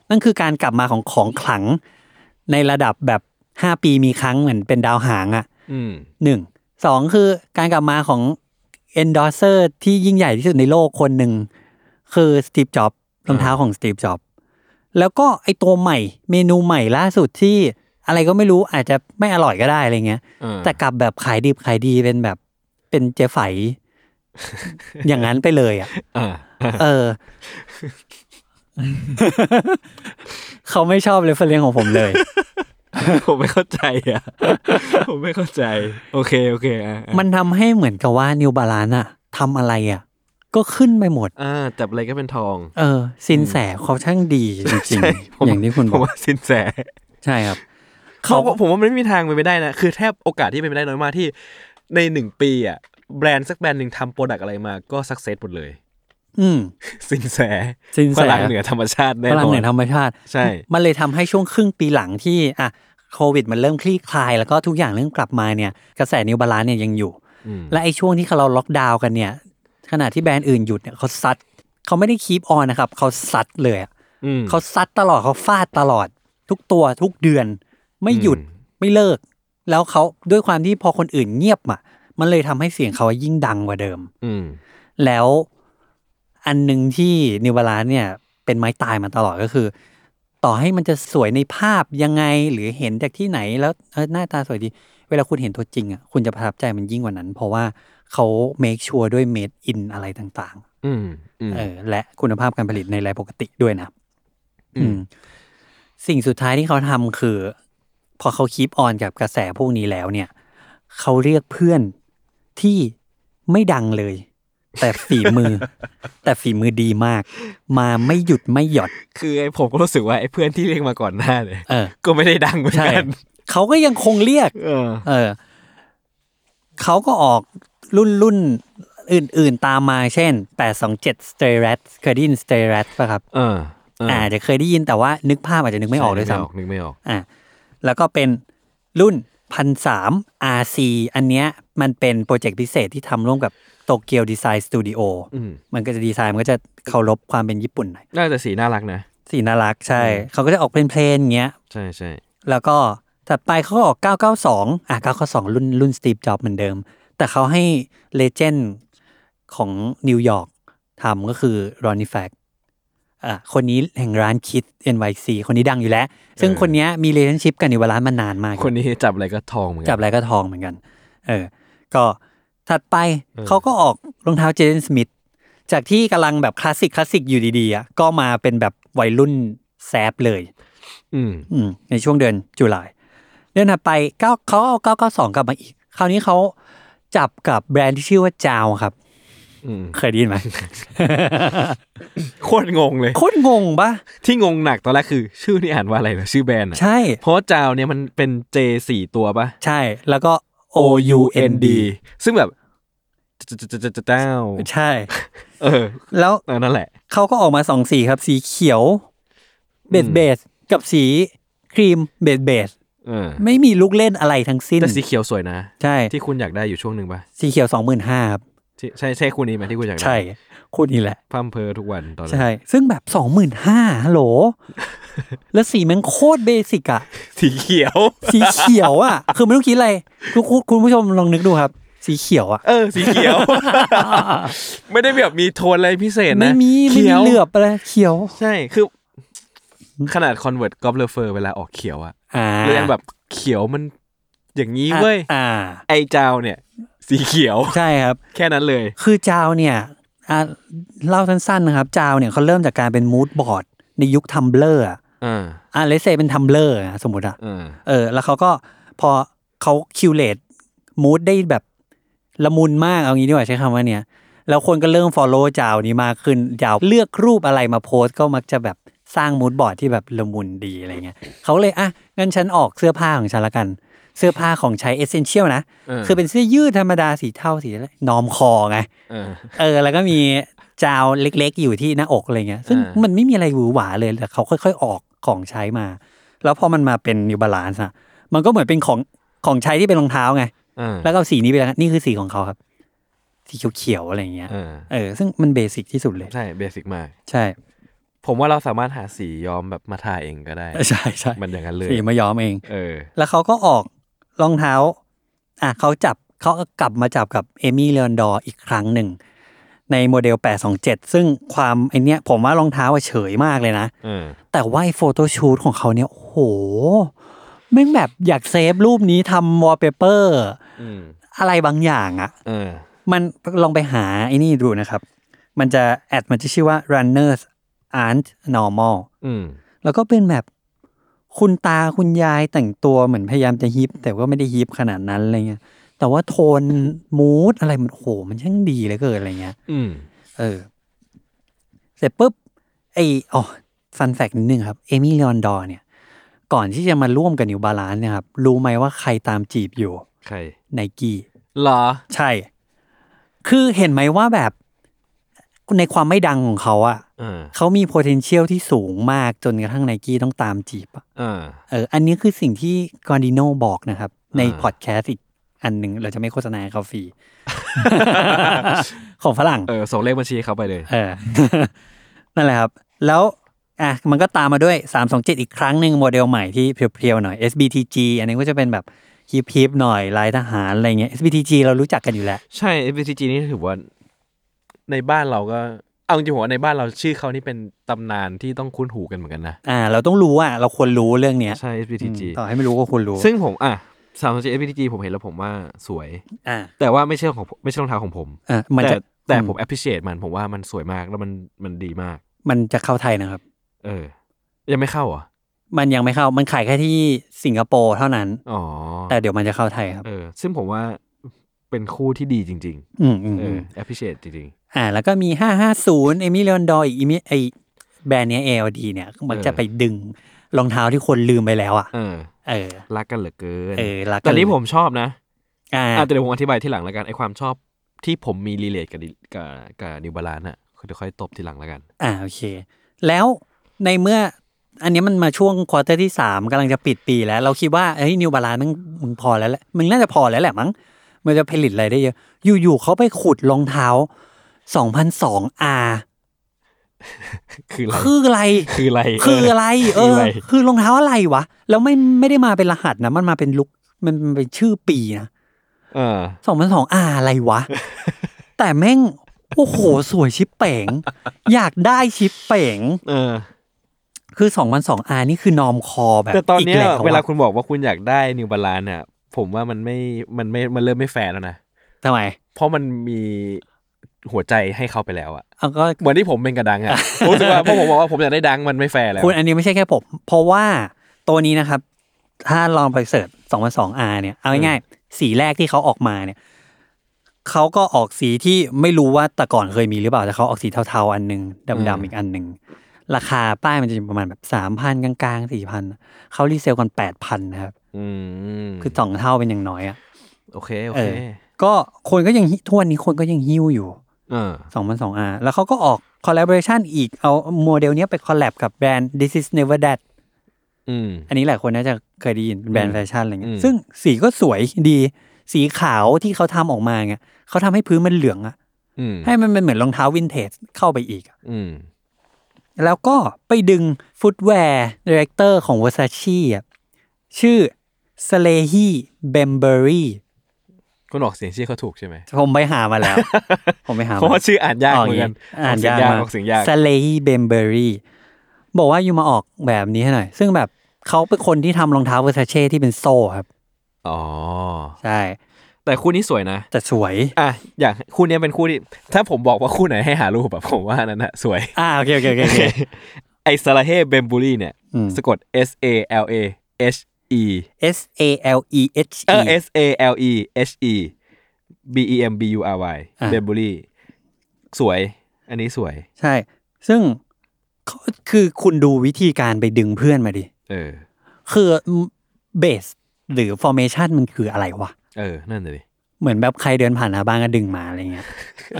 S2: นั่นคือการกลับมาของของขลัง ในระดับแบบ 5 ปีมีครั้งเหมือนเป็นดาวหางอะ่ะ
S3: อืม
S2: หนึ่งสองคือการกลับมาของ endorser ที่ยิ่งใหญ่ที่สุดในโลกคนหนึ่ง คือสตีฟจ็อบรองเท้าของสตีฟจ็อบแล้วก็ไอตัวใหม่เมนูใหม่ล่าสุดที่อะไรก็ไม่รู้อาจจะไม่อร่อยก็ได้อะไรเงี้ย
S3: เออ
S2: แต่กลับแบบขายดิบขายดีเป็นแบบเป็นเจ ไฝ อย่างนั้นไปเลยอ่ะ
S3: อ่า
S2: เออ เขาไม่ชอบเลยเฟรนของผมเลย
S3: ผมไม่เข้าใจอ่ะ ผมไม่เข้าใจ โอเค โอเค อ่ะอ่ะ
S2: มันทำให้เหมือนกับว่านิวบาลานอะทำอะไรอะก็ขึ้นไปหมด
S3: อ่าจับอะไรก็เป็นทอง
S2: เออ สินแสเขาช่างดีจริง
S3: ใช่ผม
S2: ๆอย่างที่คุณ
S3: ผ
S2: บอ
S3: ม
S2: ก
S3: ว่าสินแส
S2: ใช่ครับ
S3: เขา
S2: เขา
S3: ผมว่ามันไม่มีทางเป็นไปได้นะ คือแทบโอกาสที่เป็นไปได้น้อยมากที่ในหนึ่งปีอ่ะ แบรนด์สักแบรนด์หนึ่งทำโปรดักอะไรมาก็สักเซสหมดเลย
S2: อืม
S3: สินแส
S2: สินแส
S3: พลังเหนือธรรมชาติแน่
S2: พ
S3: นอน
S2: ลังเหนือธรรมชาติ
S3: ใช่
S2: มันเลยทำให้ช่วงครึ่งปีหลังที่อ่ะโควิดมันเริ่มคลี่คลาย แล้วก็ทุกอย่างเริ่มกลับมาเนี่ย กระแสนิวบาลานซ์เนี่ยยังอยู่
S3: อืม
S2: และไอ้ช่วงที่เราล็อกดาวน์กันเนี่ย ขณะที่แบรนด์อื่นหยุดเนี่ยเขาซัดเขาไม่ได้คีปออนนะครับ เขาซัดเลยอะ
S3: อืม
S2: เขาซัดตลอดเขาฟาดตลอด ทุกตัวทุกเดือน ไม่หยุด
S3: อืม
S2: ไม่เลิก แล้วเขาด้วยความที่พอคนอื่นเงียบอ่ะมันเลยทำให้เสียงเขายิ่งดังกว่าเดิม
S3: อืม
S2: แล้วอันหนึ่งที่นิวบาลานเนี่ย เป็นไม้ตายมาตลอดก็คือ ต่อให้มันจะสวยในภาพยังไงหรือเห็นจากที่ไหนแล้วเออหน้าตาสวยดี เวลาคุณเห็นตัวจริงอ่ะคุณจะประทับใจมันยิ่งกว่านั้น เพราะว่าเขาเมคชัวร์ด้วยเมดอินอะไรต่าง
S3: อืมอืม
S2: ๆเออและคุณภาพการผลิตในรายปกติด้วยนะ
S3: อืม
S2: อืม สิ่งสุดท้ายที่เขาทำคือ พอเขาคีปออนกับกระแสพวกนี้แล้วเนี่ย เขาเรียกเพื่อนที่ไม่ดังเลย แต่ฝีมือ แต่ฝีมือดีมาก มาไม่หยุดไม่หย่อน
S3: คือไอ้ผมก็รู้สึกว่าไอ้เพื่อนที่เรียกมาก่อนหน้าเนี่ย
S2: เออ
S3: ก็ไม่ได้ดังเหมือน
S2: ใช่
S3: กัน
S2: เขาก็ยังคงเรียก
S3: เออ
S2: เออ เขาก็ออกรุ่นรุ่นอื่น ๆ ตามมาเช่น 827 Stray Rats เคยได้ยิน Stray Rats ป่ะครับ
S3: เออเอออ
S2: อาจจะเคยได้ยินแต่ว่านึกภาพอาจจะนึกไม่ออกด้วยซ้ำ
S3: นึกไม่ออก
S2: อ่ะแล้วก็เป็นรุ่นพันสาม RC อันเนี้ยมันเป็นโปรเจกต์พิเศษที่ทำร่วมกับโตเกียวดีไซน์สตูดิโอ
S3: อืม
S2: มันก็จะดีไซน์มันก็จะเคารพความเป็นญี่ปุ่นหน่อย
S3: น่าจะสีน่ารักนะ
S2: สีน่ารักใช่ เขาก็จะออกเพลนๆอย่างเงี้ย
S3: ใช่ใช่
S2: แล้วก็ถัดไปเขาก็ออก 992 อ่ะ 992 รุ่นรุ่นสตีฟจ็อบเหมือนเดิม แต่เขาให้เลเจนด์ของนิวยอร์กทำก็คือรอนนี่แฟกอ่ะคนนี้แห่งร้านคิด NYC คนนี้ดังอยู่แล้ว ซึ่งคนเนี้ยมีเล n ชิพกับนิวร้านมานานมาก
S3: คนนี้จับอะไรก็ทองเหมือนกั
S2: จับอะไรก็ทองเหมือนกัน เออ ก็ถัดไปเขาก็ออกรองเท้าเจนสมิธจากที่กำลังแบบคลาสสิกคลาสสิกอยู่ดีๆอ่ะก็มาเป็นแบบวัยรุ่นแซบเลย
S3: อืม
S2: อืมในช่วงเดือนจุลายเดือนถัดไปเก้าเขาเอาเก้าเก้าสองกลับมาอีก คราวนี้เขาจับกับแบรนด์ที่ชื่อว่าจาวครับ
S3: อืม
S2: เคยได้ ยินไหม
S3: โคตรงงเลย
S2: โคตรงงปะ
S3: ที่งงหนักตอนแรกคือ ชื่อนี่อ่านว่าอะไรเหรอชื่อแบรนด์อะ
S2: ใช่
S3: เพราะว่าจาวเนี่ยมันเป็น J สี่ตัวปะ
S2: ใช่แล้วก็ O U N D
S3: ซึ่งแบบจะจะจะจะจะเจ้า
S2: ใช่
S3: เออ
S2: แล้ว
S3: เออนั่นแหละ
S2: เขาก็ออกมาสองสีครับ สีเขียวเบสเบสกับสีครีมเบสเบส
S3: เออ
S2: ไม่มีลูกเล่นอะไรทั้งสิ้น
S3: แต่สีเขียวสวยนะ
S2: ใช่
S3: ที่คุณอยากได้อยู่ช่วงหนึ่งปะ
S2: สีเขียวสองหมื่นห้าครับ
S3: ที่ใช่ใช่คู่นี้ไหมที่คุณอยากได้
S2: ใช่คู่นี้แหละ
S3: พัมเพอทุกวันตอนนั้น
S2: ใช่ ซึ่งแบบสองหมื่นห้าฮัลโหล แล้วสีแมันโคตรเบสิกอะ
S3: สีเขียว
S2: สีเขียวอะคือไม่ต้องคิดอะไรทุกคุณคุณผู้ชมลองนึกดูครับ สีเขียวอะ
S3: เออ สีเขียว ไม่ได้แบบมีโทนอะไรพิเศษนะ
S2: ไม่มีไม่มี
S3: ขียว
S2: เหลือบอะไรเขียว
S3: ใช่คือขนาดคอนเวิร์ตกอบเลเฟอร์เวลาออกเขียวอะ
S2: อ่า
S3: เรื่องแบบเขียวมันอย่างนี้เว้ย
S2: อ่า
S3: ไอเจ้าเนี่ย สีเขียว
S2: ใช่ครับ
S3: แค่นั้นเลย
S2: คือจาวเนี่ยอ่าเล่าสั้นๆนะครับ จาวเนี่ยเขาเริ่มจากการเป็นมูดบอร์ดในยุคทัมเบลอร์อะ
S3: อ่า
S2: อ่าเลเซเป็นทัมเบลอร์อะสมมติอะ
S3: อ่า
S2: เออแล้วเขาก็พอเขาคิวเลตมูดได้แบบละมุนมากเอางี้ดีกว่าใช้คำว่าเนี่ย แล้วคนก็เริ่ม follow จาวนี้มากขึ้นจาวเลือกรูปอะไรมาโพสต์ก็มักจะแบบสร้างมูดบอร์ดที่แบบละมุนดีอะไรเงี้ยเขาเลยอ่ะงั้นฉันออกเสื้อผ้าของฉันละกัน เสื้อผ้าของใช้เอเซนเชียลนะ
S3: เออ
S2: คือเป็นเสื้อยืดธรรมดาสีเทาสีอะไรนอมคอไง
S3: อ่า
S2: เออแล้วก็มีจาวเล็กๆ อยู่ที่หน้าอกอะไรเงี้ย ซึ่ง
S3: อ่ามั
S2: มันไม่มีอะไรหวือหวาเลยแต่เขาค่อยๆ ออกของใช้มา แล้วพอมันมาเป็น New Balance อะมันก็เหมือนเป็นของของใช้ที่เป็นรองเท้าไง
S3: อ่า
S2: แล้วก็เอาสีนี้ไปแล้วกันนี่คือสีของเขาครับ สีเขียวๆอะไรเงี้ย
S3: เออ
S2: เออซึ่งมันเบสิกที่สุดเลย
S3: ใช่เบสิกมาก
S2: ใช่
S3: ผมว่าเราสามารถหาสีย้อมแบบมาทาเองก็ได้
S2: ใช่ใช่
S3: มันอย่างนั้นเลย
S2: สีมาย้อมเอง
S3: เออ
S2: แล้วเขาก็ออกรองเท้า อ่ะเขาจับเขาก็กลับมาจับกับเอมี่เลออนดอร์อีกครั้งหนึ่ง ในโมเดล 827 ซึ่งความไอเนี้ยผมว่ารองเท้าอะเฉยมากเลยนะ
S3: เออ
S2: แต่ว่าไอ้โฟโต้ชูตของเขาเนี่ย โอ้โหแม่งแบบอยากเซฟรูปนี้ทำวอลเปเปอร์
S3: อืม
S2: อะไรบางอย่างอะ
S3: เออ
S2: มันลองไปหาไอ้นี่ดูนะครับ มันจะแอดมันจะชื่อว่า runners aren't normal
S3: อืม
S2: แล้วก็เป็นแบบคุณตาคุณยายแต่งตัวเหมือนพยายามจะฮิป แต่ก็ไม่ได้ฮิปขนาดนั้นอะไรเงี้ยแต่ว่าโทนมูดอะไรมันโอ้โห มันช่างดีเหลือเกินอะไรเงี้ย
S3: อืม
S2: เออ เสร็จปุ๊บ ไออ๋อฟันแฟกนิดนึงครับ เอมี่เลออนดอร์เนี่ย ก่อนที่จะมาร่วมกับนิวบาลานเนี่ยครับ รู้ไหมว่าใครตามจีบอยู่
S3: ใคร
S2: ไนกี้
S3: เหรอ
S2: ใช่ คือเห็นไหมว่าแบบในความไม่ดังของเขาอะ
S3: เออ
S2: เขามี potential ที่สูงมากจนกระทั่งไนกี้ต้องตามจีบอะ
S3: เออ
S2: เออ อันนี้คือสิ่งที่กอร์ดิโนบอกนะครับ ใน
S3: อ่า
S2: พอดแคสต์อีกอันหนึ่งเราจะไม่โฆษณาให้เขาฟ รี ของฝรั่ง
S3: เออ ส่งเลขบัญชีเขาไปเลย
S2: เอ อ นั่นแหละครับ แล้วอ่ะมันก็ตามมาด้วย 327 อีกครั้งหนึ่งโมเดลใหม่ที่เพียวๆหน่อย SBTG อันนี้ก็จะเป็นแบบฮิปๆหน่อยลายทหารอะไรเงี้ย SBTG เรารู้จักกันอยู่แล้ว
S3: ใช่ FBTG นี่ถือว่า ในบ้านเราก็ เอาจริงๆผมว่าในบ้านเราชื่อเขานี่เป็นตำนานที่ต้องคุ้นหูกันเหมือนกันนะ
S2: อ่า เราต้องรู้อ่ะเราควรรู้เรื่องเนี้ย
S3: ใช่ SPTG
S2: อืมต่อให้ไม่รู้ก็ควรรู้
S3: ซึ่งผมอ่ะสามสิบ SPTG ผมเห็นแล้วผมว่าสวย
S2: อ่า
S3: แต่ว่าไม่ใช่ของผมไม่ใช่รองเท้าของผม
S2: อ่ามัน
S3: แต่
S2: จะ
S3: แต่ผม appreciate มันผมว่ามันสวยมากแล้วมันมันดีมาก
S2: มันจะเข้าไทยนะครับ
S3: เออ ยังไม่เข้าเหรอ
S2: มันยังไม่เข้ามันขายแค่ที่สิงคโปร์เท่านั้น
S3: อ๋อ
S2: แต่เดี๋ยวมันจะเข้าไทยครับ
S3: เออ ซึ่งผมว่าเป็นคู่ที่ดีจริง
S2: อืมอืม
S3: ๆ เอ
S2: อืม
S3: อ appreciate จริง
S2: อ่า แล้วก็มี 550เอมิเลอนดอยอีกอีมิไอแบรนด์เนี้ย ALD เนี่ยมันจะ
S3: เออ
S2: ไปดึงรองเท้าที่คนลืมไปแล้วอ่ะ
S3: ๆ เออ
S2: เออ
S3: รักกันเหลือเกิน
S2: เออรักกัน
S3: แต่นี้ผมชอบนะ
S2: อ่า
S3: อ่ะแต่เดี๋ยวผมอธิบายที่หลังแล้วกันไอความชอบที่ผมมีรีเลทกับดิกับกับนิวบาลานอ่ะเดี๋ยวค่อยตบทีหลังแล้วกัน
S2: อ่าโอเค แล้วในเมื่ออันเนี้ยมันมาช่วงควอเตอร์ที่ 3กำลังจะปิดปีแล้ว เราคิดว่าเฮ้ยนิวบาลานมึงมึงพอแล้วแหละมึงน่าจะพอแล้วแหละมั้งมันจะผลิตอะไรได้เยอะ อยู่ๆเขาไปขุดรองเท้า 2002R
S3: คืออะไร
S2: คืออะไร
S3: คืออะไร
S2: คืออะไร เออ
S3: คืออะไร
S2: คือรองเท้าอะไรวะ แล้วไม่ไม่ได้มาเป็นรหัสนะ มันมาเป็นลุกมันมันเป็นชื่อปีนะ
S3: เออ
S2: สองพันสองอาอะไร วะ แต่แม่ง โอ้โห สวยชิปเป๋ง อยากได้ชิปเป๋ง
S3: เออ
S2: คือสองพันสองอานี่คือนอมคอแบบ
S3: แต่ตอนเนี้ย
S2: กแะ
S3: เวลาคุณบอกว่าคุณอยากได้นิวบาลานอ่ะผมว่ามันไม่มันไม่มันเริ่มไม่แฟร์แล้วนะ
S2: ทำไม
S3: เพราะมันมีหัวใจให้เขาไปแล้วอะ
S2: เอาก็
S3: เหมือนที่ผมเป็นกระดังอะ ผมรู้สึกว่าพอผมบอกว่าผมอยากได้ดังมันไม่แฟร์แล้ว
S2: คุณอันนี้ไม่ใช่แค่ผม เพราะว่าตัวนี้นะครับ ถ้าลองไปเสิร์ชสองพันสองอาเนี่ย เอาง่ายๆสีแรกที่เขาออกมาเนี่ย เขาก็ออกสีที่ไม่รู้ว่าแต่ก่อนเคยมีหรือเปล่า แต่เขาออกสีเทาๆอันหนึ่งดำๆอีกอันหนึ่งราคาป้ายมันจะอยู่ประมาณแบบสามพันกลางๆสี่พันเขารีเซลกันแปดพันนะครับ
S3: อืม
S2: คือสองเท่าเป็นอย่างน้อยอ่ะ
S3: โอเคโอ
S2: เอ
S3: เค
S2: อ ก็คนก็ยังฮิทุกวันนี้คนก็ยังหิ้วอยู่
S3: เออ
S2: 2002 R แล้วเขาก็ออกคอล l a b o r a t i o n อีกเอาโมเดลเนี้ยไปคอลแลบกับแบรนด์ This is Never That
S3: อืม
S2: อันนี้หลายคนน่าจะเคยได้ยินเป็นแบรนด์แฟชั่นอะไรเงี้
S3: อื
S2: ย
S3: ม
S2: ซึ่งสีก็สวยดี สีขาวที่เขาทำออกมาเงี้ยเขาทำให้พื้นมันเหลืองอะ
S3: อืม
S2: ให้มันเป็นเหมือนรองเท้าวินเทจเข้าไปอีกอะ
S3: อืม
S2: แล้วก็ไปดึงฟุตแวร์ดีเรคเตอร์ของ Versace อะชื่อ s l e h i b e m b e r y
S3: คุณออกเสียงชื่อเขาถูกใช่ไหม
S2: ผมไปหามาแล้ว ผมไปหามา
S3: เพราะว่าชื่ออ่านยากเหมือนกัน
S2: อ่านยาก
S3: ออกเสียงยากออก
S2: ส
S3: เสียงยาก
S2: เลย์เบมเบอรี่ บอกว่าอยู่มาออกแบบนี้ให้หน่อย ซึ่งแบบเขาเป็นคนที่ทำรองเท้าเวอร์ซาเช่ที่เป็นโซ่ครับ
S3: อ๋อ
S2: ใช่
S3: แต่คู่นี้สวยนะ
S2: แต่สวย
S3: อ่ะอยากคู่เนี้ยเป็นคู่ที่ถ้าผมบอกว่าคู่ไหนให้หารูปแบบผมว่าอันนั้นอะสวย
S2: อ่าโอเคโอเคโอเคโอเค
S3: ไอซาลาเฮเบมบูรีเนี่ย
S2: อืม
S3: สะกด S A L A H E
S2: S A L E H
S3: เอ
S2: E
S3: อ S A L E H E B E M B U R Y
S2: อ่ะ
S3: เบมบูรีสวย อันนี้สวย
S2: ใช่ ซึ่งเขาคือคุณดูวิธีการไปดึงเพื่อนมาดิ
S3: เออ
S2: คือเบสหรือฟอร์เมชันมันคืออะไรวะ
S3: เออ นั่นเลย
S2: เหมือนแบบใครเดินผ่านหน้าบ้านก็ดึงมาอะไรเงี้ย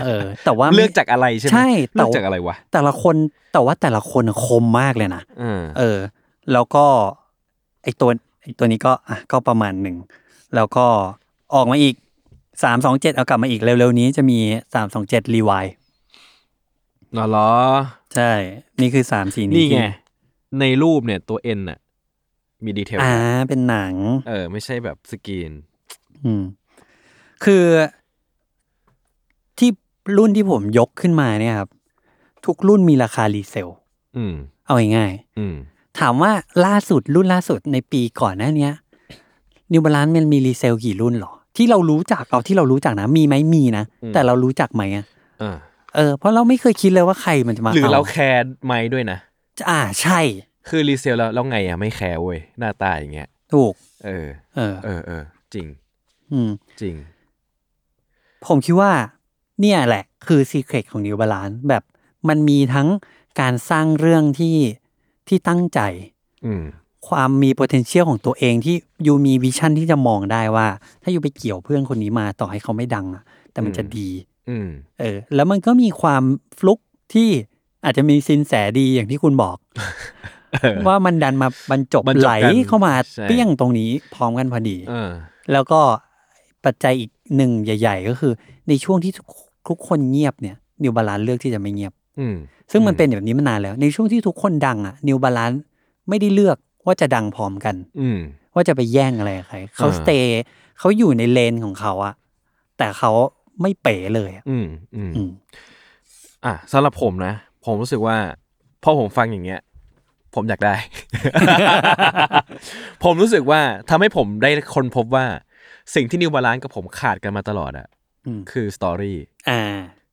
S2: เออ แต่ว่าไม่
S3: เลือกจากอะไรใช่ไหม
S2: ใช่แต่
S3: เลือกจากอะไรวะ
S2: แต่ละคนแต่ว่าแต่ละคนอะคมมากเลยนะ
S3: เออ
S2: เออ แล้วก็ไอตัวไอตัวนี้ก็อ่ะก็ประมาณหนึ่ง แล้วก็ออกมาอีกสามสองเจ็ดเอากลับมาอีกเร็วๆนี้จะมีสามสองเจ็ดรีวาย
S3: นอเหรอ
S2: ใช่ นี่คือสามสีนี้
S3: นี่ไง
S2: ที่
S3: ในรูปเนี่ยตัว N น่ะ มีดีเทล
S2: อ่าเป็นหนัง
S3: เออ ไม่ใช่แบบสกรีน
S2: อืม คือที่รุ่นที่ผมยกขึ้นมาเนี่ยครับ ทุกรุ่นมีราคารีเซล
S3: อืม
S2: เอาง่ายๆ
S3: อืม
S2: ถามว่าล่าสุดรุ่นล่าสุดในปีก่อนหน้าเนี้ยนิวบาลานมันมีรีเซลกี่รุ่นหรอ ที่เรารู้จักเอาที่เรารู้จักนะ มีไหมมีนะ
S3: อืม
S2: แต่เรารู้จักไหมอะ
S3: เออ
S2: เออเพราะเราไม่เคยคิดเลยว่าใครมันจะมา
S3: หรือเรา
S2: เ
S3: แคร์ไหมด้วยนะ
S2: าอ่าใช่
S3: คือรีเซลแล้วแล้วไงอ่ะไม่แคร์เว้ยหน้าตาอย่างเงี้ย
S2: ถูก
S3: เออ
S2: เออ
S3: เออเออจริง
S2: อืม
S3: จริง
S2: ผมคิดว่า เนี่ยแหละ คือซีเครตของนิวบาลานแบบมันมีทั้งการสร้างเรื่องที่ที่ตั้งใจ
S3: อืม
S2: ความมี potential ของตัวเองที่ยูมีวิชั่นที่จะมองได้ว่า ถ้ายูไปเกี่ยวเพื่อนคนนี้มาต่อให้เขาไม่ดังอะแต่มันจะ
S3: อืม
S2: ดี
S3: อืม
S2: เออแล้วมันก็มีความฟลุกที่อาจจะมีสินแสดีอย่างที่คุณบอก ว่ามันดันมาบรรจบบ
S3: รรจบกัน
S2: ไหลเข้ามา
S3: ใช่
S2: เปี้ยงตรงนี้พร้อมกันพอดี
S3: เออ
S2: แล้วก็ปัจจัยอีกหนึ่งใหญ่ ๆ ก็คือ ในช่วงที่ทุกทุกคนเงียบเนี่ยนิวบาลานเลือกที่จะไม่เงียบ
S3: อืม
S2: ซึ่งมัน
S3: อืม
S2: เป็นแบบนี้มานานแล้ว ในช่วงที่ทุกคนดังอ่ะนิวบาลานไม่ได้เลือกว่าจะดังพร้อมกัน
S3: อืม
S2: ว่าจะไปแย่งอะไรกับใครเขา
S3: อ่า
S2: สเตย์เขาอยู่ในเลนของเขาอะแต่เขาไม่เป๋เลยอะ
S3: อืมอืม
S2: อืม
S3: อ่ะสำหรับผมนะ ผมรู้สึกว่า พอผมฟังอย่างเงี้ย ผมอยากได้ ผมรู้สึกว่าทำให้ผมได้ค้นพบว่าสิ่งที่นิวบาลานกับผมขาดกันมาตลอดอะ
S2: อืม
S3: คือสตอรี่
S2: อ่า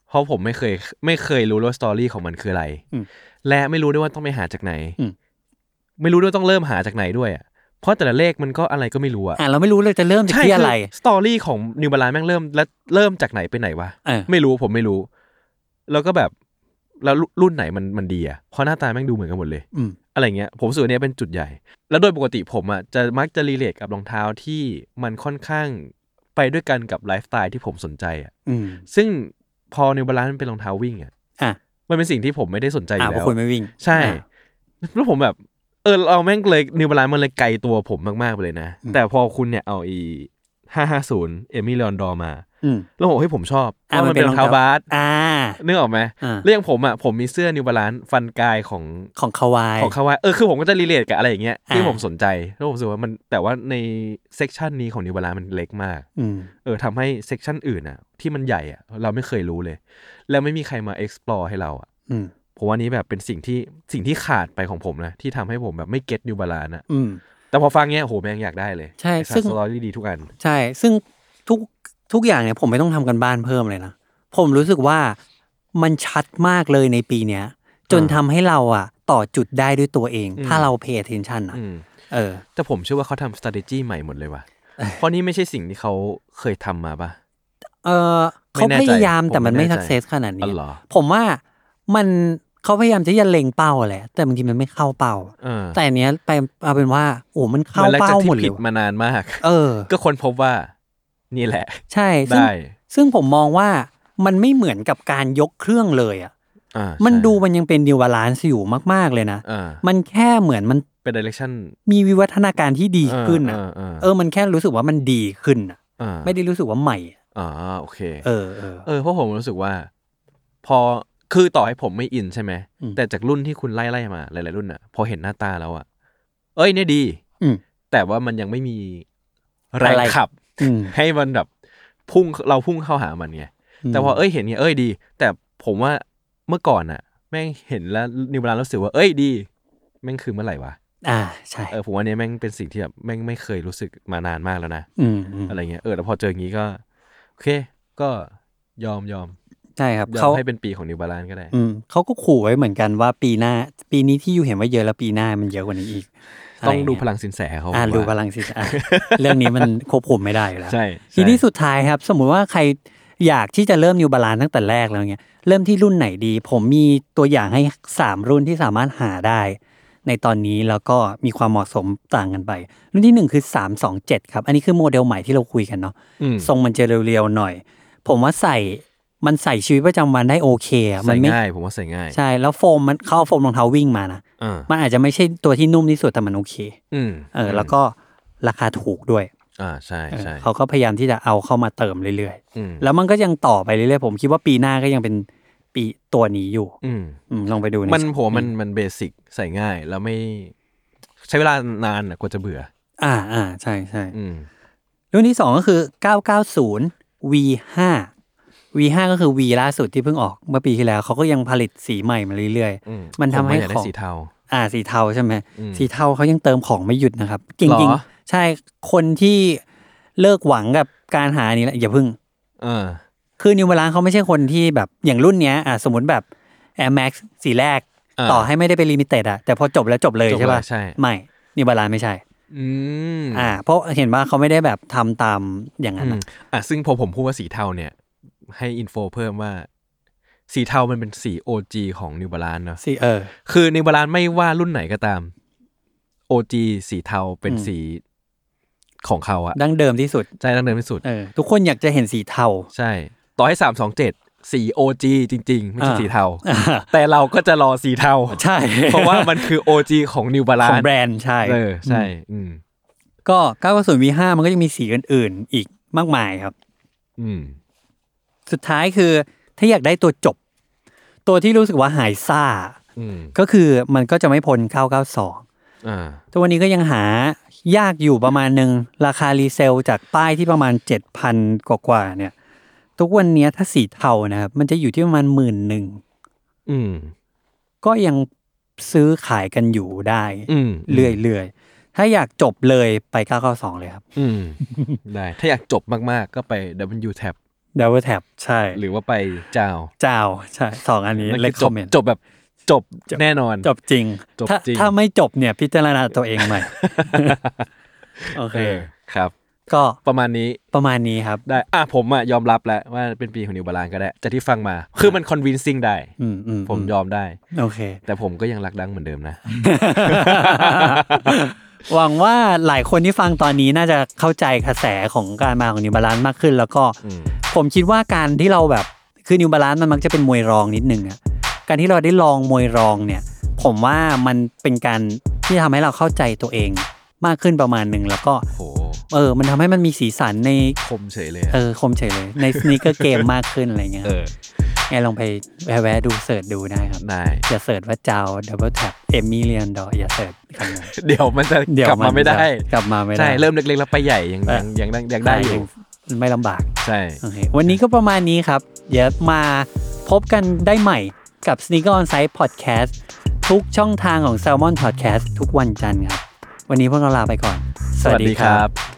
S3: เพราะผมไม่เคยไม่เคยรู้เลยว่าสตอรี่ของมันคืออะไร
S2: อืม
S3: และไม่รู้ด้วยว่าต้องไปหาจากไหน
S2: อืม
S3: ไม่รู้ด้วยว่าต้องเริ่มหาจากไหนด้วยอะเพราะแต่ละเลขมันก็อะไรก็ไม่รู้อะ
S2: อ่าเราไม่รู้เลยจะเริ่มจาก
S3: ใช่
S2: ที่อะไร
S3: สตอรี่ของนิวบาลานแม่งเริ่มและเริ่มจากไหนไปไหนวะ
S2: เออ
S3: ไม่รู้ผมไม่รู้ แล้วก็แบบแล้วรุ่นรุ่นไหนมันมันดีอะเพราะหน้าตาแม่งดูเหมือนกันหมดเลย
S2: อืม
S3: อะไรเงี้ยผมรู้สึกว่าเนี่ยเป็นจุดใหญ่ แล้วโดยปกติผมอะจะมักจะรีเลทกับรองเท้าที่มันค่อนข้างไปด้วยกันกับไลฟ์สไตล์ที่ผมสนใจอะ
S2: อืม
S3: ซึ่งพอนิวบาลานซ์เป็นรองเท้าวิ่งอ่ะ
S2: อ่ะ
S3: มันเป็นสิ่งที่ผมไม่ได้สนใจอ
S2: อ่าพว
S3: ยู่แล้
S2: ก
S3: ว
S2: คุณไม่วิ่ง
S3: ใช่
S2: อ่า
S3: แล้วผมแบบ เออเราแม่งเลยนิวบาลานซ์มันเลยไกลตัวผมมากๆไปเลยนะ
S2: อืม
S3: แต่พอคุณเนี่ยเอาอีห้าห้าศูนย์เอมิเลอนดอมา
S2: อืม
S3: แล้วผมให้ยผมชอบเพ
S2: อ่ะ
S3: ราะ
S2: มั
S3: มัน น
S2: เป็
S3: เป็น นรองเท้าร
S2: องเท้า
S3: บาส
S2: อ่า
S3: นึกออกไหม
S2: อ่า
S3: เรื่องผมอ่ะผมมีเสื้อนิวบาลานซ์ฟันกายของ
S2: ของคาวาย
S3: ของคาวายเออคือผมก็จะรีเลทกับอะไรอย่างเงี้ยที่
S2: อ่า
S3: ผมสนใจแล้วผมรู้สึกว่ามันแต่ว่าในเซกชันนี้ของนิวบาลานซ์มันเล็กมาก
S2: อืม
S3: เออทำให้เซกชันอื่นอ่ะ ที่มันใหญ่อ่ะ เราไม่เคยรู้เลย แล้วไม่มีใครมา explore ให้เราอ่ะ
S2: อืม
S3: ผมว่านี้แบบเป็นสิ่งที่สิ่งที่ขาดไปของผมนะ ที่ทำให้ผมแบบไม่เก็ตนิวบาลานอ่ะ
S2: อืม
S3: แต่พอฟังเนี้ยโหแม่งอยากได้เลย
S2: ใช่ซึ่
S3: ซึ่
S2: ง
S3: งสตอรี่ดีทุกอัน
S2: ใช่ ซึ่งทุกทุกอย่างเนี่ยผมไม่ต้องทำกันบ้านเพิ่มเลยนะ ผมรู้สึกว่ามันชัดมากเลยในปีเนี้ย จนทำให้เราอ่ะ ต่อจุดได้ด้วยตัวเอง
S3: อืม
S2: ถ้าเรา pay attention นะ
S3: อืม
S2: เออ
S3: แต่ผมเชื่อว่าเขาทำ strategy ใหม่หมดเลย ว่ะเพราะนี่ไม่ใช่สิ่งที่เขาเคยทำมาป่ะ
S2: เออเขา
S3: ไม่แน่
S2: พ
S3: ใจ
S2: ยายามแต่มัน
S3: ผม
S2: ไม่
S3: ไม่แน่
S2: สั
S3: ใจ
S2: กเซสขนาด
S3: อ๋
S2: นี้
S3: อเหรอ
S2: ผมว่ามันเขาพยายามจะยันเล็งเป้าแหละ แต่บางทีมันไม่เข้าเป้า
S3: เออ
S2: แต่อันเนี้ยไปเอาเป็นว่าโอ้มันเข้า
S3: หมือนหลังจ
S2: เป้าก
S3: ที่
S2: หมดเล
S3: ผิ
S2: ย
S3: ดมานานมาก
S2: เออ
S3: ก็ค้นพบว่า นี่แหละ
S2: ใช่ซึ่ง
S3: ได้
S2: ซึ่งผมมองว่ามันไม่เหมือนกับการยกเครื่องเลยอ่ะ
S3: อ่า
S2: มัน
S3: ใช่
S2: ดูมันยังเป็นดิวบาลานซ์อยู่มาก ๆ เลยนะ
S3: อ่า
S2: มันแค่เหมือนมัน
S3: เป็น direction
S2: มีวิวัฒนาการที่ดีขึ้น
S3: อ่ะ
S2: อ่ะ
S3: อ่า
S2: เออ มันแค่รู้สึกว่ามันดีขึ้นอ่ะ
S3: อ่า
S2: ไม่ได้รู้สึกว่าใหม่อะ
S3: อ่าโอเค
S2: เออเออ
S3: เออเพราะผมรู้สึกว่า พอคือต่อให้ผมไม่อินใช่ไหม
S2: อืม
S3: แต่จากรุ่นที่คุณไล่ไล่มาหลายๆรุ่นอ่ะ พอเห็นหน้าตาแล้วอ่ะ เอ้ยเนี่ยดี
S2: อืม
S3: แต่ว่ามันยังไม่มีแรง
S2: อะไร
S3: ขับ
S2: อืม
S3: ให้มันแบบพุ่งเราพุ่งเข้าหามันไงแต่พอเอ้ยเห็นไงเอ้ยดี แต่ผมว่าเมื่อก่อนอ่ะ แม่งเห็นแล้วนิวบาลานซ์รู้สึกว่าเอ้ยดี แม่งคือเมื่อไหร่วะ
S2: อ่าใช่
S3: เออผมว่าเนี่ยแม่งเป็นสิ่งที่แบบแม่งไม่เคยรู้สึกมานานมากแล้วนะ
S2: อืมอืม
S3: อะไรเงี้ยเออแต่พอเจออย่างงี้ก็โอเค ก็ยอมยอม
S2: ใช่ครับ
S3: ยอ
S2: เขา
S3: มให้เป็นปีของนิวบาลานก็ได้
S2: อืมเขาก็ขู่ไว้เหมือนกันว่าปีหน้า ปีนี้ที่อยู่เห็นว่าเยอะแล้วปีหน้ามันเยอะกว่านี้อีก
S3: ต้องดูพ
S2: ง
S3: ลังสินแสเขา
S2: อ่า
S3: ผมว่
S2: ดูพลัง สิอ่ะเรื่องนี้มันควบคุมไม่ได้อยู่แล้ว
S3: ใช่
S2: ที
S3: ใช่
S2: นี้สุดท้ายครับ สมมุติว่าใครอยากที่จะเริ่ม New Balance ตั้งแต่แรกแล้วเนี่ยเริ่มที่รุ่นไหนดี ผมมีตัวอย่างให้ 3 รุ่นที่สามารถหาได้ ในตอนนี้แล้วก็มีความเหมาะสมต่างกันไป รุ่นที่ 1 คือ 327 ครับ อันนี้คือโมเดลใหม่ที่เราคุยกันเนาะ
S3: อืม
S2: ทรงมันจะเรียวๆหน่อย ผมว่าใส่มันใส่ชีวิตประจำวันได้โอเคอะมั
S3: ใส่
S2: นไม่
S3: ง่ายผมว่าใส่ง่าย
S2: ใช่แล้วโฟมมันเข้าโฟมรองเท้าวิ่งมานะ
S3: อ่า
S2: มันอาจจะไม่ใช่ตัวที่นุ่มที่สุดแต่มันโอเค
S3: อืม
S2: เออแล้วก็ราคาถูกด้วย
S3: อ่าใช่
S2: เออ
S3: ใช่
S2: เขาก็พยายามที่จะเอาเข้ามาเติมเรื่อยๆ
S3: อืม
S2: แล้วมันก็ยังต่อไปเรื่อยๆ ผมคิดว่าปีหน้าก็ยังเป็นปีตัวนี้อยู่
S3: อืม
S2: อืมลองไปดูใ
S3: มันผมว่ามันมันเบสิกใส่ง่าย แล้วไม่ใช้เวลานานอะกว่าจะเบื่อ
S2: อ่าอ่าใช่ใช่
S3: อืม
S2: รุ่นที่ 2 ก็คือ 990 V5 V5 ก็คือ V ล่าสุดที่เพิ่งออกเมื่อปีที่แล้ว เขาก็ยังผลิตสีใหม่มาเรื่อย
S3: อืม
S2: มันทำให้
S3: ผว่าอยากได้
S2: ของ
S3: สีเทา
S2: ๆ อ่าสีเทาใช่ไหม
S3: อืม
S2: สีเทาเขายังเติมของไม่หยุดนะครับ จ
S3: หร
S2: ริง
S3: อ
S2: ๆ ใช่คนที่เลิกหวังกับการหาอันนี้แล้วอย่าเพึ่ง
S3: เออ
S2: คือนิวบาลานเขาไม่ใช่คนที่แบบอย่างรุ่นเนี้ยอ่ะสมมติแบบ Air Max สีแรก
S3: อ่า
S2: ต่อให้ไม่ได้เป็นลิมิเต็ดอะแต่พอจบแล้วจบเลย
S3: จบ
S2: ใช่ป่ะ
S3: แล้วใช่
S2: ไม่นิวบาลานไม่ใช่
S3: อืม
S2: อ่า เพราะเห็นว่าเขาไม่ได้แบบทำตามอย่างนั้
S3: อื
S2: น
S3: ม
S2: อะ
S3: อ่ะซึ่งพอผมพูดว่าสีเทาเนี่ย ให้อินโฟเพิ่มว่า สีเทามันเป็นสี OG ของนิวบาลานเนาะ
S2: สีเออ
S3: คือนิวบาลานไม่ว่ารุ่นไหนก็ตาม OG สีเทาเป็น
S2: อืม
S3: สีของเขาอะ
S2: ดั้งเดิมที่สุด
S3: ใจดังเดิมที่สุด
S2: เออทุกคนอยากจะเห็นสีเทา
S3: ใช่ ต่อให้สามสองเจ็ดสี OG จริง ๆ ไม่ใช่
S2: อ่า
S3: สีเทา แต่เราก็จะรอสีเทา
S2: ใช่
S3: เพราะว่ามันคือ OG ของนิวบาลา
S2: ของ
S3: น
S2: แบรนด์ใช่
S3: เออใช่ อืม
S2: ก็9 0 V5 มันก็ยังมีสีอื่น ๆ อีกมากมายครับ
S3: อืม
S2: สุดท้ายคือถ้าอยากได้ตัวจบ ตัวที่รู้สึกว่าหายซ่า
S3: อืม
S2: ก็คือมันก็จะไม่พ้น992
S3: อ่า
S2: ทุกวันนี้ก็ยังหายากอยู่ประมาณหนึ่งราคารีเซลจากป้ายที่ประมาณ 7,000 กว่ากว่าๆเนี่ย ทุกวันเนี้ยถ้าสีเทานะครับ มันจะอยู่ที่ประมาณหมื่นหนึ่ง
S3: อืม
S2: ก็ยังซื้อขายกันอยู่ได้
S3: อืม
S2: เรื่อยๆ ถ้าอยากจบเลยไป 992 เลยครับ
S3: อืม ได้ ถ้าอยากจบมากๆ ก็ไป W Tab
S2: Double Tap ใช่
S3: หรือว่าไปเจ้า
S2: เจ้า ใช่สองอันนี้
S3: นั่นคือจบ
S2: recommend
S3: จบแบบจบ
S2: จบ
S3: แน่นอน
S2: จบจริง
S3: จบ
S2: ถ้า
S3: จริง
S2: ถ้าไม่จบเนี่ยพิจารณาตัวเอง ใหม่ โอเค
S3: เออครับ
S2: ก็
S3: ประมาณนี้
S2: ประมาณนี้ครับ
S3: ได้ อ่ะผมอ่ะยอมรับแล้วว่าเป็นปีของนิวบาลานก็ได้จากที่ฟังมา คือมันคอนวินซิ่งได้
S2: อืมอืม
S3: ผมยอมได้
S2: โอเค
S3: แต่ผมก็ยังรักดังเหมือนเดิมนะ
S2: หวังว่าหลายคนที่ฟังตอนนี้น่าจะเข้าใจกระแสของการมาของนิวบาลานมากขึ้น แล้วก็
S3: อืม
S2: ผมคิดว่าการที่เราแบบคือนิวบาลานมันมักจะเป็นมวยรองนิดนึงอะการที่เราได้ลองมวยรองเนี่ย ผมว่ามันเป็นการที่ทำให้เราเข้าใจตัวเองมากขึ้นประมาณหนึ่งแล้วก็
S3: โห
S2: เออมันทำให้มันมีสีสันใน
S3: คมเฉยเลยอะ
S2: เออคมเฉยเลยในสน e เกอร์เกมมากขึ้นอะไรเงี้ย
S3: เออ
S2: ไงลองไปแวะๆดูเสิร์ชดูได้ครับ
S3: ได้
S2: อย่าเสิร์ชว่าเจ้า double tap เอมิเลียนดออย่าเสิร์ชคำนั้น
S3: เดี๋ยวมันจะ
S2: เดี๋ยว
S3: กลับมาไม่ได้
S2: กลับมาไม่ได้
S3: ใช่ เริ่มเล็กๆ แล้วไปใหญ่ยัง
S2: เออ
S3: ยังยังยังได้อยู่
S2: มันไม่ลำบาก
S3: ใช่
S2: โอเควันนี้ก็ประมาณนี้ครับ เดี๋ยวมาพบกันได้ใหม่กับ Sneaker On Site Podcast ทุกช่องทางของ Salmon Podcast ทุกวันจันทร์ครับ วันนี้พวกเราลาไปก่อน
S3: สวัสดีครับ